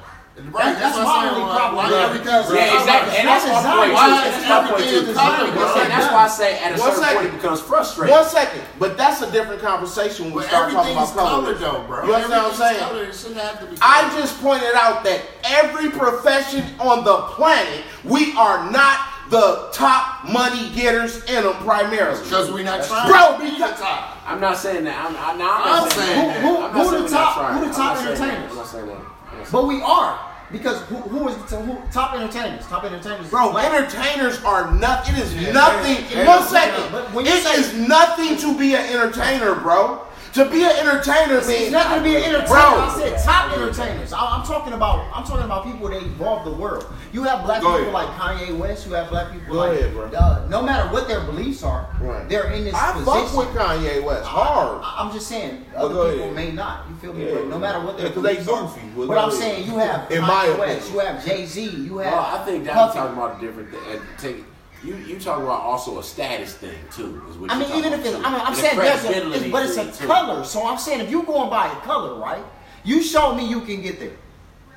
E: Right,
B: that's
E: that's, what
B: my
E: I'm saying.
B: only
E: Why-
B: problem,
E: why
B: bro.
E: everything's-
C: Yeah, exactly. And that's my point.
E: Why
C: too.
E: is
C: That's my point,
E: everything
C: too.
E: is colored, bro?
C: And That's why I say at a
A: One
C: certain point
A: second.
C: it becomes frustrating.
A: One second, but that's a different conversation when we
E: But
A: start talking about
E: everything's
A: color.
E: colored though, bro.
A: You understand what I'm
E: Everything's
A: saying?
E: colored. It shouldn't have to be
A: I
E: colored.
A: just pointed out that every profession on the planet, we are not the top money getters in them primarily.
E: because we not trying.
A: Bro,
E: We
A: because-
E: the top.
C: I'm not saying that. I'm, I'm, not, I'm
E: I'm
C: not saying,
E: saying
C: that.
E: that.
B: Who-
C: I'm
B: who-
C: not
B: who
C: saying
B: the
C: we're not
B: top-
C: trying.
B: who the
C: I'm
B: top
C: not saying that.
B: entertainers?
C: I'm not saying that. I'm not saying
B: But we are because who, who is the who, top entertainers? Top entertainers, is
A: Bro,
B: black.
A: entertainers are nothing. It is nothing. One second.
B: But when you
A: It
B: say-
A: is nothing to be an entertainer, bro. To be an entertainer
B: It's
A: means
B: not gonna be an entertainer.
A: Bro.
B: I said top entertainers. I, am talking about I'm talking about people that evolve the world. You have black
A: Go
B: people
A: ahead.
B: like Kanye West. You have black people
A: Go
B: like
A: ahead, bro.
B: Uh, no matter what their beliefs are,
A: Right.
B: they're in this
A: I
B: position.
A: fuck with Kanye West hard.
B: I- I'm just saying,
A: Well,
B: other
A: go
B: people
A: ahead.
B: may not. You feel me?
A: Yeah.
B: But no matter what
A: Yeah,
B: their
A: 'cause they
B: beliefs are.
A: goofy. Well,
B: but
A: go
B: I'm
A: ahead.
B: saying you have
A: In
B: Kanye
A: my
B: West,
A: opinion.
B: you have Jay Z, you have.
C: Well, Oh, I think that
B: Puffy.
C: we're talking about a different thing. and Take, you you talking about also a status thing too. Is what
B: I
C: you're
B: mean,
C: talking
B: even if
C: about,
B: it's,
C: too.
B: I mean, I'm
C: And the
B: saying there's a,
C: credibility
B: it's- but it's
C: thing,
B: a
C: too.
B: color. So I'm saying if you going by a color, right? You show me you can get there,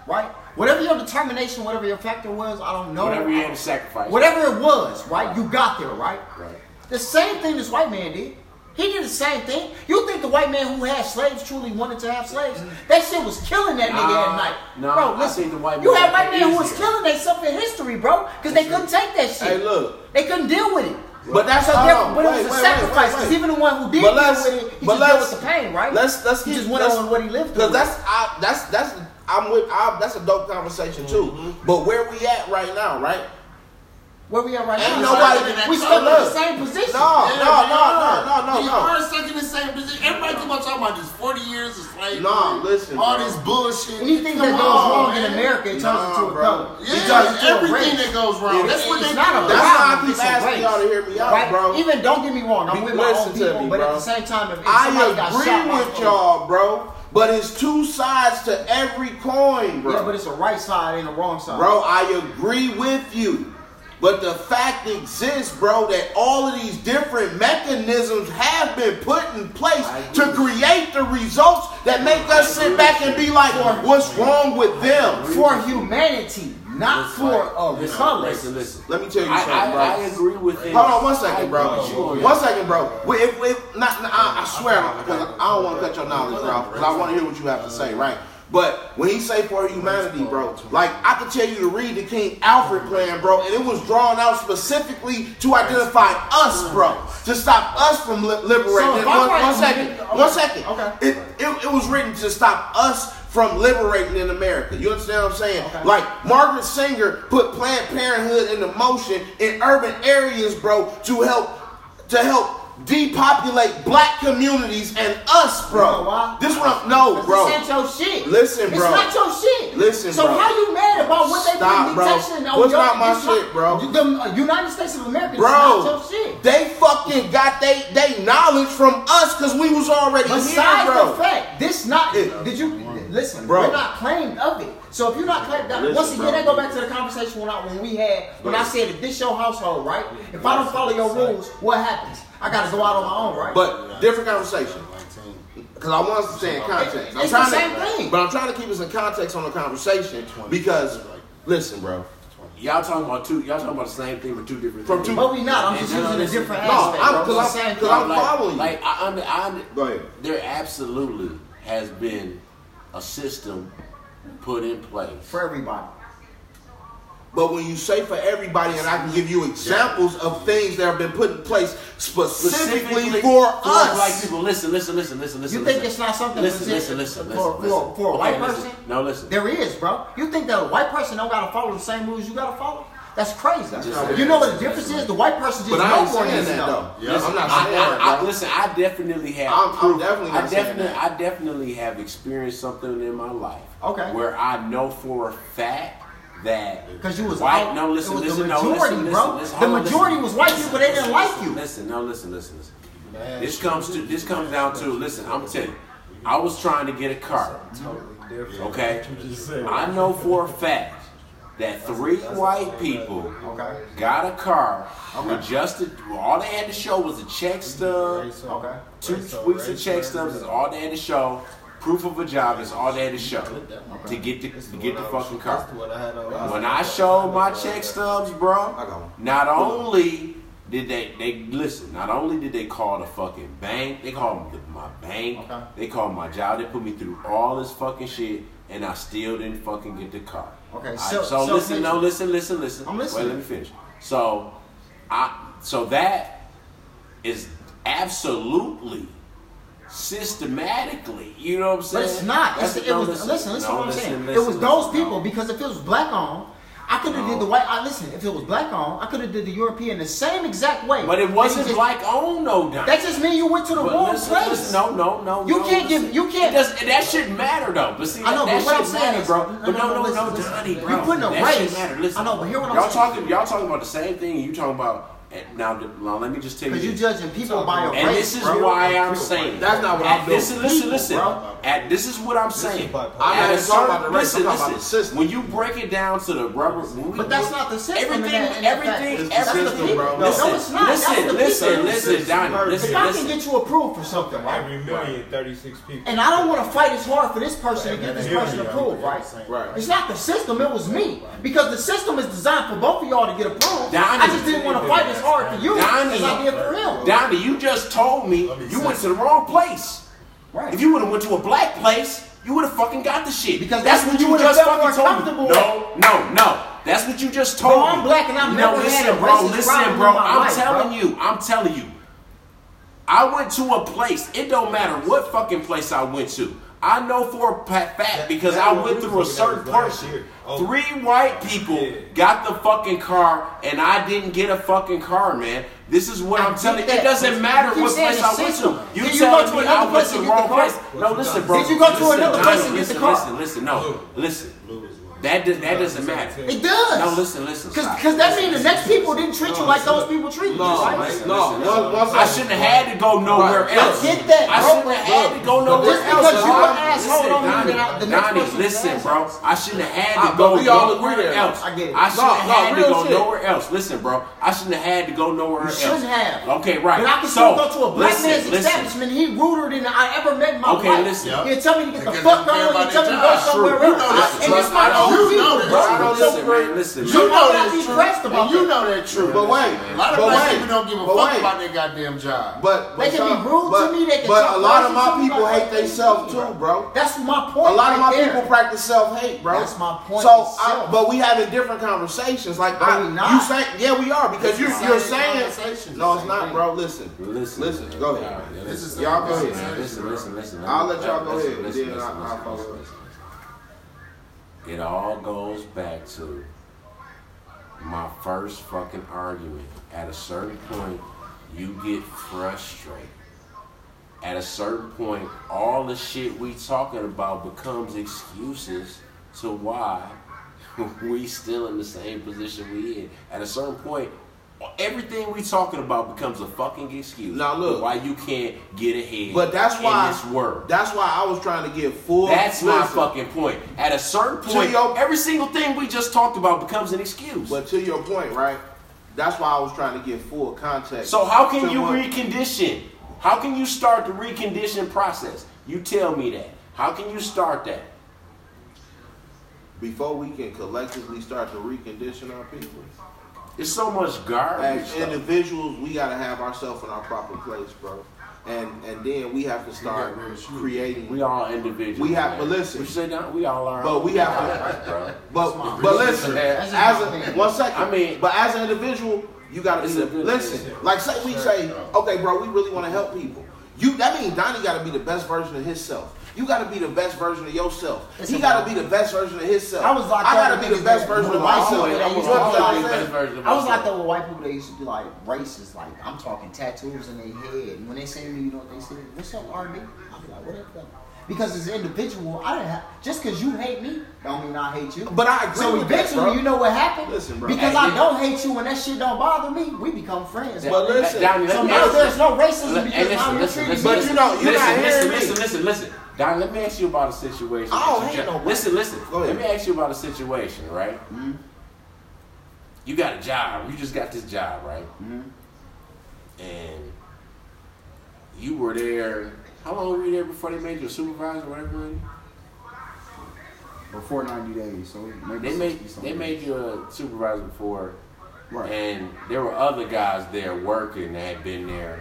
B: right? Whatever your determination, whatever your factor was, I don't know.
C: Whatever you had
B: I-
C: to sacrifice.
B: whatever it was, right? You got there, right?
C: Right.
B: The same thing this white man did. He did the same thing. You think the white man who had slaves truly wanted to have slaves? That shit was killing that nigga
C: Nah,
B: at night.
C: nah,
B: bro,
C: I
B: listen,
C: think the white
B: you
C: man
B: had
C: had
B: white
C: it
B: men who was
C: easier.
B: killing themselves in history, bro, because they couldn't take that shit.
A: Hey, look.
B: They couldn't deal with it.
A: But that's
B: So
A: hold
B: there,
A: on. Wait,
B: but it was
A: wait,
B: a
A: wait,
B: sacrifice
A: wait,
B: because
A: wait.
B: even the one who did
A: But
B: deal
A: let's-
B: with it,
A: but
B: he just dealt
A: let's-
B: with the pain, right?
A: Let's let's
B: he
A: keep-
B: just went
A: let's-
B: on what he lived
A: Cause
B: through.
A: that's I, that's that's I'm with I, that's a dope conversation too.
B: Mm-hmm.
A: But where we at right now, right?
B: where we at right
A: Ain't
B: now.
A: nobody-
B: we
A: look.
B: stuck in the same position.
A: No, no,
E: Yeah, they
A: no, no,
E: are.
A: no, no,
E: They
A: no.
E: are stuck in the same position. Everybody keep on talking about this 40 years of slavery.
A: Nah, listen,
E: All
A: bro.
E: this bullshit.
B: Anything
E: Come
B: that goes
E: on,
B: wrong
E: man.
B: in America, it turns
A: Nah,
B: into a
A: bro.
B: color.
E: Yeah,
B: it turns into a
E: everything
B: race.
E: that goes wrong. That's what
B: it's
E: they
B: not a
A: That's
E: do.
A: why I
B: problem.
A: keep
B: It's a
A: asking
B: race.
A: y'all to hear me out,
B: right?
A: bro.
B: Even don't get me wrong, I'm
A: Be-
B: with my own
A: listen to
B: people,
A: me,
B: but at
A: bro.
B: the same time, if, if
A: I
B: somebody got shot,
A: agree
B: my
A: with
B: fault.
A: y'all, bro. But it's two sides to every coin, bro.
B: Yeah, but it's a right side and a wrong side.
A: Bro, I agree with you. But the fact exists, bro, that all of these different mechanisms have been put in place to create the results that make us sit back and be like, what's wrong with them?
B: for humanity, not
E: It's
B: for
E: like-
B: a
E: listen,
B: color.
E: Listen, listen.
A: Let me tell you
C: I,
A: something, bro.
C: I, I agree with him.
A: Hold on one second,
C: I
A: bro.
C: agree with you.
A: One second, bro. Wait, if, if, not, not- I, I swear, because I don't want to cut your knowledge, bro, because I want to hear what you have to say, right? But when he say for humanity, bro, like I could tell you to read the King Alfred plan, bro, and it was drawn out specifically to identify us, bro, to stop us from li- liberating.
B: So if I
A: one,
B: write-
A: one second, one second.
B: Okay.
A: It, it, it was written to stop us from liberating in America. You understand what I'm saying?
B: Okay.
A: Like Margaret Singer put Planned Parenthood into motion in urban areas, bro, to help to help depopulate black communities and us, bro.
B: You know why?
A: This one, I'm- no, bro.
B: This ain't your shit.
A: Listen, bro.
B: It's not your shit.
A: Listen,
B: so
A: bro.
B: how you mad about what they
A: Stop,
B: put
A: bro.
B: detection on
A: What's
B: your,
A: not my
B: it's
A: shit, bro?
B: The uh, United States of America is
A: Bro,
B: not your shit.
A: they fucking got they they knowledge from us because we was already
B: Besides
A: here, bro.
B: the fact, this not
A: It-
B: did you listen?
A: Bro.
B: We're not claimed of it. So if you're not claimed, that,
A: Listen,
B: once again,
A: bro.
B: I go back to the conversation when I when we had when I said if this your household, right? If I don't follow your rules, what happens? I gotta go out on my own, right?
A: but different conversation. Because I want us to stay in context. I'm
B: It's the
A: trying
B: same
A: to,
B: thing.
A: But I'm trying to keep us in context on the conversation because, listen, bro.
C: Y'all talking about two? Y'all talking about the same thing with two different
A: From
C: things.
A: two-
B: but we not. I'm
C: And
B: just
C: then
B: using a
C: this-
B: different
A: No,
B: aspect.
A: I'm-
B: bro.
A: 'cause
B: It's the
A: I'm-
B: same
A: 'cause
B: thing.
A: I'm- following you.
C: Like I, under- I, under-
A: Go ahead.
C: There absolutely has been a system put in place.
B: for everybody.
A: But when you say for everybody, and I can give you examples of things that have been put in place specifically, for
C: black
A: us.
C: people. Listen, listen, listen, listen, listen.
B: You think
C: listen.
B: it's not something
C: Listen,
B: legit
C: listen, listen, listen.
B: for- for-
C: listen.
B: for a white
C: listen.
B: person?
C: No, listen.
B: There is, bro. You think that a white person don't gotta follow the same rules you gotta follow? That's crazy.
A: Just-
B: you know what the difference is? The white person just
A: But I ain't
B: know more
A: saying
B: than
A: that though.
B: though.
A: Yeah, I'm not
C: I,
A: saying that.
C: I, I,
A: bro.
C: listen, I definitely have.
A: I'm- I'm
C: proof-
A: definitely not
C: I
A: saying
C: definitely,
A: that.
C: I definitely have experienced something in my life.
B: Okay.
C: Where I know for a fact that
B: Because you was
C: white.
B: out.
C: No, listen,
B: it was
C: listen,
B: the
C: no,
B: majority,
C: listen,
B: bro.
C: listen, listen,
B: the
C: hold on,
B: majority
C: listen.
B: was white people. They didn't like you.
C: Listen, no, listen, listen, listen. This comes to this comes down to listen. I'm telling you, I was trying to get a car. Okay, I know for a fact that three white people
B: Okay.
C: got a car. With just a, all they had to show was a check stub.
B: Okay.
C: Two weeks of check stubs is all they had to show. Proof of a job is all they had to show to get the to get the fucking car. When I showed my check stubs,
A: I got
C: bro,
A: one.
C: not only did they they listen, not only did they call the fucking bank, they called the, my bank,
B: Okay.
C: they called my job, they put me through all this fucking shit, and I still didn't fucking get the car.
B: Okay,
C: I-
B: so-
C: so,
B: so
C: listen, no,
B: finish.
C: listen, listen, listen.
B: I'm listening.
C: Wait, let me finish. So, I so that is absolutely systematically. You know what I'm
B: But
C: saying?
B: it's not. It's,
C: That's-
B: it
C: no,
B: was listen. Listen,
C: no,
B: what I'm saying. it
C: listen,
B: was those
C: listen, no.
B: people because if it was black on, I could have
C: No.
B: did the white. I listen. If it was black on, I could have did the European the same exact way.
C: But it wasn't
B: just-
C: black on no dime.
B: That just mean you went to the
C: But
B: wrong
C: listen,
B: place.
C: listen, no, no, no.
B: You
C: no,
B: can't
C: listen.
B: give- you can't-
C: It doesn't, that shouldn't matter though. But see,
B: I know,
C: that,
B: but what I'm
C: shouldn't
B: saying
C: matter,
B: is-
C: bro.
B: no,
C: But no,
B: no, no,
C: no,
B: listen,
C: no,
B: listen.
C: Donnie, bro.
B: You're putting a
C: that
B: race.
C: Shouldn't matter. Listen,
B: I know, but hear what I'm
C: y'all
B: saying.
C: talking. Y'all talking about the same thing. You talking about and now? now let me just tell you.
B: Because you
C: this.
B: judging people by your
C: And
B: race.
C: this is
B: bro.
C: why I'm saying
A: That's not what
C: At
A: I'm
C: this,
A: doing.
C: Listen, listen,
B: bro.
C: At this is what I'm saying.
F: bipolar.
A: I'm not
C: At a
A: even talking about
C: certain-
A: the race, I'm
C: listen,
A: talking about
C: listen.
A: the system.
C: When you break it down to the rubber, when we-
B: But that's not the system in
C: Everything,
B: that- in that fact.
C: everything,
A: It's the
C: everything.
A: system, bro. No,
C: Listen,
B: it's not. That's
C: Listen,
B: the
C: listen,
B: people.
C: listen, Donnie.
B: If
C: Listen,
B: I
C: listen.
B: can get you approved for something, right?
F: Every million, 36 people.
B: And I don't want to fight as hard for this person to get this
F: Yeah,
B: person
F: yeah,
B: approved, right?
A: Right.
B: It's not the system, it was me. Because the system is designed for both of y'all to get approved. I
C: Donnie.
B: just didn't want to fight as hard for you as I
C: Donnie.
B: did for him.
C: Donnie, you just told me you went to the wrong place.
B: Right.
C: If you would have went to a black place, you would have fucking got the shit.
B: Because
C: that's
B: that's
C: what
B: what you
C: you
B: would've
C: just
B: felt more
C: fucking told me.
B: comfortable
C: No, no, no. That's what you just told
B: Bro,
C: me.
B: I'm black and I've
C: No,
B: never had
C: listen,
B: a
C: bro.
B: racist
C: Listen,
B: problem
C: bro.
B: in my
C: I'm
B: life,
C: telling
B: bro.
C: you. I'm telling you. I went to a place. It don't matter what fucking place I went to. I know for a pa- fact because
F: that
C: I
F: was-
C: went through a
F: that
C: certain
F: was last
C: person.
F: year. Oh.
C: Three white people
F: Yeah.
C: got the fucking car, and I didn't get a fucking car, man. This is what
B: I
C: I am
B: get
C: telling you.
B: that,
C: It
B: but
C: doesn't matter
B: you
C: what
B: keep saying
C: place
B: the
C: I went
B: system.
C: to. You
B: Did you
C: telling
B: go to
C: me
B: another
C: I
B: place
C: went
B: and
C: to the
B: get the
C: wrong
B: car?
C: place? No, listen, bro.
B: Did you go to
C: Listen,
B: another
C: Donnie,
B: place and get the
C: listen,
B: car?
C: Listen, listen, no, listen. That does, that doesn't matter.
H: It does.
C: No, listen, listen.
H: Cause,
C: stop.
H: cause that means the next people didn't treat you like those people treat you.
I: No,
H: right?
I: man, no, no.
C: I shouldn't have had to go nowhere
I: Right.
H: I
C: else.
H: get that,
C: I
H: bro,
C: shouldn't have
H: bro.
C: had to go
H: But
C: nowhere
H: just
C: else.
H: because you
C: bro.
H: an asshole
C: Listen,
H: don't mean
C: Donnie,
H: that I- the next
C: Donnie,
H: person's an
C: listen, bro. I shouldn't have had to
I: Ah,
C: go
I: but we all
C: nowhere
I: agree there.
C: else.
H: I get it.
C: I shouldn't
I: No,
C: have
I: no,
C: had to
I: real
C: go
I: shit.
C: nowhere else. Listen, bro. I shouldn't have had to go nowhere
H: You
C: else.
H: shouldn't have.
C: Okay, right.
H: But I can
C: so,
H: still go to a black
C: listen,
H: man's
C: listen.
H: establishment. He ruder than I ever met in my
C: Okay,
H: life.
C: listen.
H: You tell me to get the
E: Because
H: fuck
E: you care
H: on. You
E: about
H: tell me
E: your
H: to go
E: job.
H: somewhere
E: True. You
H: else.
E: know this is
H: and it's
E: true.
H: my
E: I know
H: own
E: you
H: people,
E: know this.
H: bro.
C: I don't
H: So-
C: listen, man. Listen,
H: You
C: man.
E: You
H: might
E: know
H: not be
E: that's true.
H: pressed about
E: And you
H: that.
E: know that true.
A: But wait,
E: a lot of
A: but
E: black
A: wait,
E: people don't give a
A: but
E: fuck
A: wait.
E: about their goddamn job.
A: But, but
H: They can be
A: some-
H: rude to
A: but-
H: me, they can
A: But
H: talk
A: a lot of
H: crazy to
A: my
H: me,
A: people
H: like,
A: hate themselves
H: bro.
A: too, bro.
H: That's my
A: A
H: point.
A: lot of
H: right
A: my
H: there.
A: people practice self hate, bro.
H: That's my point
A: So, I,
H: itself.
A: but we having different conversations. Like,
H: Are
A: I,
H: we not?
A: you saying, yeah, we are because
E: It's
A: you're,
E: the same
A: you're saying.
E: conversation,
A: No,
E: the
A: it's
E: same
A: not,
E: thing.
A: bro. Listen,
C: Listen,
A: listen. Go ahead.
C: Alright, yeah,
E: This is
C: listen.
E: the
A: Y'all go
E: conversation.
A: ahead.
C: Listen, listen, listen.
A: I'll let y'all go
C: Listen,
A: ahead,
C: listen,
A: then
C: listen,
A: I'll-
C: listen,
A: I'll follow
C: listen, listen. It all goes back to my first fucking argument. At a certain point, you get frustrated. At a certain point, all the shit we talking about becomes excuses to why we still in the same position we in. At a certain point, everything we talking about becomes a fucking excuse.
A: Now, look.
C: why you can't get ahead.
A: But that's why.
C: in this world.
A: That's why I was trying to get full.
C: That's my
A: listen,
C: fucking point. At a certain
A: To
C: point,
A: your-
C: every single thing we just talked about becomes an excuse.
A: But to your point, right? That's why I was trying to get full context.
C: so how can
A: to
C: you
A: what-
C: recondition? How can you start the recondition process? You tell me that. How can you start that?
A: before we can collectively start to recondition our people?
C: It's so much garbage.
A: As
C: stuff.
A: individuals, we gotta have ourselves in our proper place, bro. And and then we have to start
E: real shit.
A: creating.
C: we all individuals.
A: We have-
C: man.
A: but listen.
C: We sit down. We all are.
A: But we have to.
C: Bro.
A: But but listen, as
H: That's just my
A: a
H: opinion.
A: one second.
C: I mean-
A: but as an individual, you gotta be.
C: It's
A: The,
C: a good
A: listen,
C: thing.
A: like say we say, okay, bro, we really want to help people. You that means Donnie gotta be the best version of himself. You gotta be the best version of yourself.
H: It's
A: he
H: a-
A: gotta be the best version of himself.
H: I was like,
A: I
H: that
A: gotta
H: with
A: be the
H: niggas
A: best
H: that-
A: version of
H: with white
A: myself.
H: people
C: always-
A: You
H: that
A: know
H: used to
A: what I'm
C: always
A: trying to
C: be
A: say?
C: the best version of
H: I was like
C: myself.
H: that with white people that used to be like racist. Like I'm talking tattoos in their head. And when they say to me, you know what they say? What's up, RD? I'll be like, what up, though? Because as an individual, I didn't have, just because you hate me, don't mean I hate you.
A: But I agree
H: So
A: with that,
H: eventually,
A: bro.
H: you know what happened?
A: Listen, bro.
H: Because
C: Hey,
H: I
C: yeah.
H: don't hate you and that shit don't bother me, we become friends.
C: That-
A: But
C: that-
A: listen,
C: Donnie, let
H: so
C: me
H: now
C: ask you-
H: there's no racism
C: Hey,
H: because now you're treating
A: But
H: me-
A: you know- you're not
C: listen, listen,
A: hearing me. Oh,
C: listen, listen, listen. Don, let me ask you about a situation.
A: I don't
C: that you
A: hate
C: ju-
A: nobody.
C: Listen, listen.
A: Go
C: Let
A: ahead. Mm-hmm.
C: me ask you about a situation, right? You got a job. You just got this job, right?
A: Mm-hmm.
C: And you were there. How long were you there before they made you a supervisor, or whatever? it is?
H: Before 90 days, so maybe
C: They
H: 60
C: made they
H: something.
C: made you a supervisor before,
H: Right.
C: and there were other guys there working that had been there.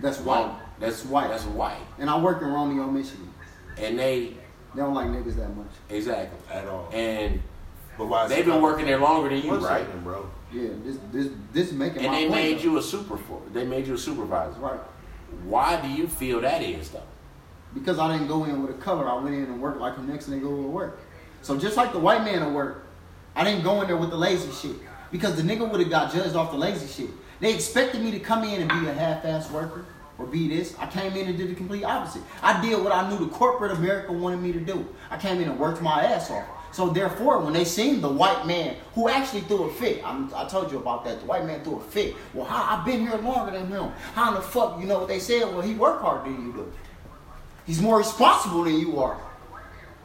H: That's
C: long-
H: white.
C: That's
H: That's white.
C: That's white.
H: And I work in Romeo, Michigan.
C: And they
H: They don't like niggas that much.
C: exactly.
E: At all.
C: And
E: But why is
C: They've
E: it
C: been
E: not?
C: working there longer than you,
A: One
C: right?
A: second, bro.
H: Yeah, this this this is making
C: And
H: my
C: they
H: point.
C: made
H: though.
C: you a super for. They made you a supervisor.
H: right
C: Why do you feel that is though?
H: because I didn't go in with a color. I went in and worked like the next nigga would work. So just like the white man at work, I didn't go in there with the lazy shit because the nigga would have got judged off the lazy shit. They expected me to come in and be a half-ass worker or be this. I came in and did the complete opposite. I did what I knew the corporate America wanted me to do. I came in and worked my ass off. So therefore, when they seen the white man who actually threw a fit, I'm, I told you about that. The white man threw a fit. Well, how, I've been here longer than him. How in the fuck you know what they said? Well, he worked harder than you do. He's more responsible than you are.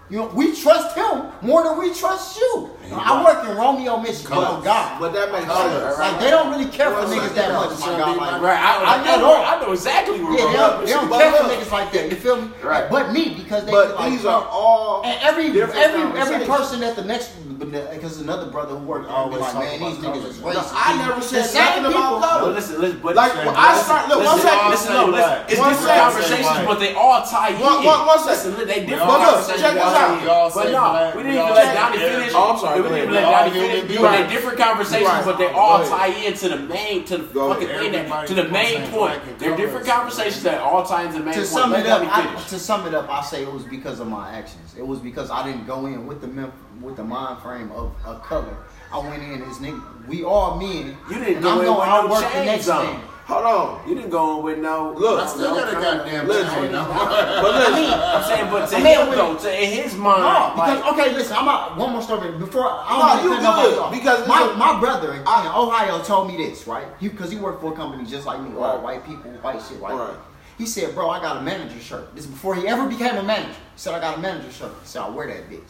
H: You know, we trust him more than we trust you. I work in Romeo, Michigan. Oh God,
A: But that makes
E: Colors.
A: sense.
H: like they don't really care for
A: Right.
H: niggas that much. My God, like,
C: Right. I, I,
H: Like,
C: know.
H: at all.
C: I know exactly where.
H: yeah,
C: we're
H: they don't,
C: going.
H: they don't
A: But
H: care for
A: look.
H: niggas like that. You feel me?
C: Right.
H: But me, because they. feel
A: But
H: like,
A: these are all
H: and every
A: different
H: every every
A: conversations.
H: person that the next because another brother who worked always like, man, these niggas is racist.
A: No, I never
H: The
A: said
H: same
A: nothing about
H: people-
C: But
A: color.
C: listen, listen, but
A: Like,
C: listen,
A: when I start- look, one
C: listen,
A: second.
C: Listen, no, listen. It's
A: One
C: different
A: second.
C: conversations, but they all tie in.
A: One- one- one second.
C: Listen, they different
A: all-
C: conversations.
A: check this
C: but
A: out.
C: they-
E: We all
C: But
E: say
C: no,
E: black,
C: we
E: we
C: didn't even
E: all
C: let
E: say
C: Donnie
E: black.
C: finish.
A: Oh, I'm sorry, go
C: We didn't
A: ahead.
C: even let
E: We all
C: Donnie
E: human
C: finish.
E: beings.
C: But they different conversations,
A: Right.
C: but they all
A: Go
C: tie
A: ahead.
C: in to the main, to the
A: Go
C: fucking
E: ahead.
C: thing, that- to the
E: Everybody
C: main
E: fucking
C: point.
E: black and
C: They're different
E: colors.
C: conversations that all tie into the main
H: to
C: point.
H: sum
C: Let
H: it up,
C: Donnie
H: I,
C: finish.
H: to sum it up, I say it was because of my actions. It was because I didn't go in with the mem- with the mind frame of a color. I went in as nigga. We all men.
C: You didn't
H: and
C: go
H: I'm
C: in
H: gonna
C: with no
H: outwork the
C: chains
H: next
C: on.
H: man.
A: Hold on.
C: You didn't go on with no.
A: Look,
E: I still got a goddamn
A: Listen.
E: towel, you know?
A: But
C: I mean,
A: listen,
C: I'm saying, but to
H: A man
C: him
H: with-
C: though, to in his mind,
H: No, because
C: like,
H: okay, listen, I'm out. One more story before
A: No,
H: I don't
A: you
H: want to cut nobody
A: good,
H: off.
A: because it's
H: my
A: a-
H: my brother in, in Ohio told me this right. He because he worked for a company just like me, all
A: Right.
H: white people, white shit, white.
A: Right.
H: people. He said, "Bro, I got a manager shirt." This is before he ever became a manager. He said, "I got a manager shirt." He said, "I wear that bitch."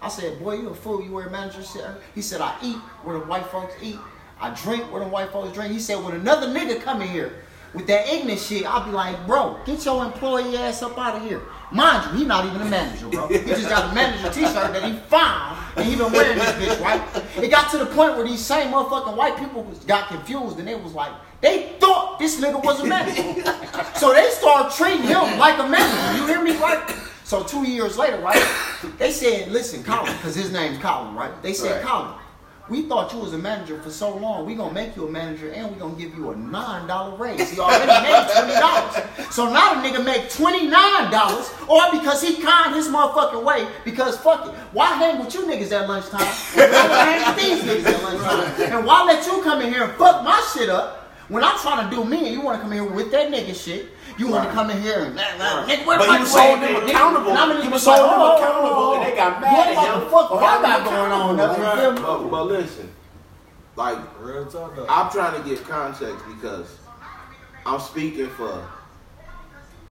H: I said, "Boy, you a fool. You wear a manager shirt." He said, "I eat where the white folks eat. I drink where the white folks drink." He said, "When another nigga come in here." With that ignorant shit, I'll be like, bro, get your employee ass up out of here. Mind you, he not even a manager, bro. He just got a manager t-shirt that he found and he been wearing this bitch, right? It got to the point where these same motherfucking white people was, got confused and they was like, they thought this nigga was a manager. so they started treating him like a manager. You hear me, right? So two years later, right? They said, listen, Colin, because his name's Colin, right? They said,
A: Right.
H: Colin, we thought you was a manager for so long. We gonna make you a manager and we gonna give you a nine dollar raise. He already made twenty dollars. So now the nigga make twenty nine dollars, or because he conned his motherfucking way. Because fuck it, why hang with you niggas at lunchtime? Why would I hang with these niggas at lunchtime? And why let you come in here and fuck my shit up? When I'm trying to do me and you wanna come in here with that nigga shit, you wanna come in here and nah, nah, nigga, where
C: But
H: my
C: he was
H: wave
C: holding them
H: at, nigga?
C: accountable.
H: And I'm in
C: He
H: the
C: was
H: bitch like,
C: holding them
H: oh, oh,
C: accountable,
H: oh,
C: and they got
H: oh.
C: mad at him.
H: What the fuck
C: Holding
H: y'all got
C: them
H: going on? up in here?
A: but, but listen, like
F: Real talk though.
A: I'm trying to get context because I'm speaking for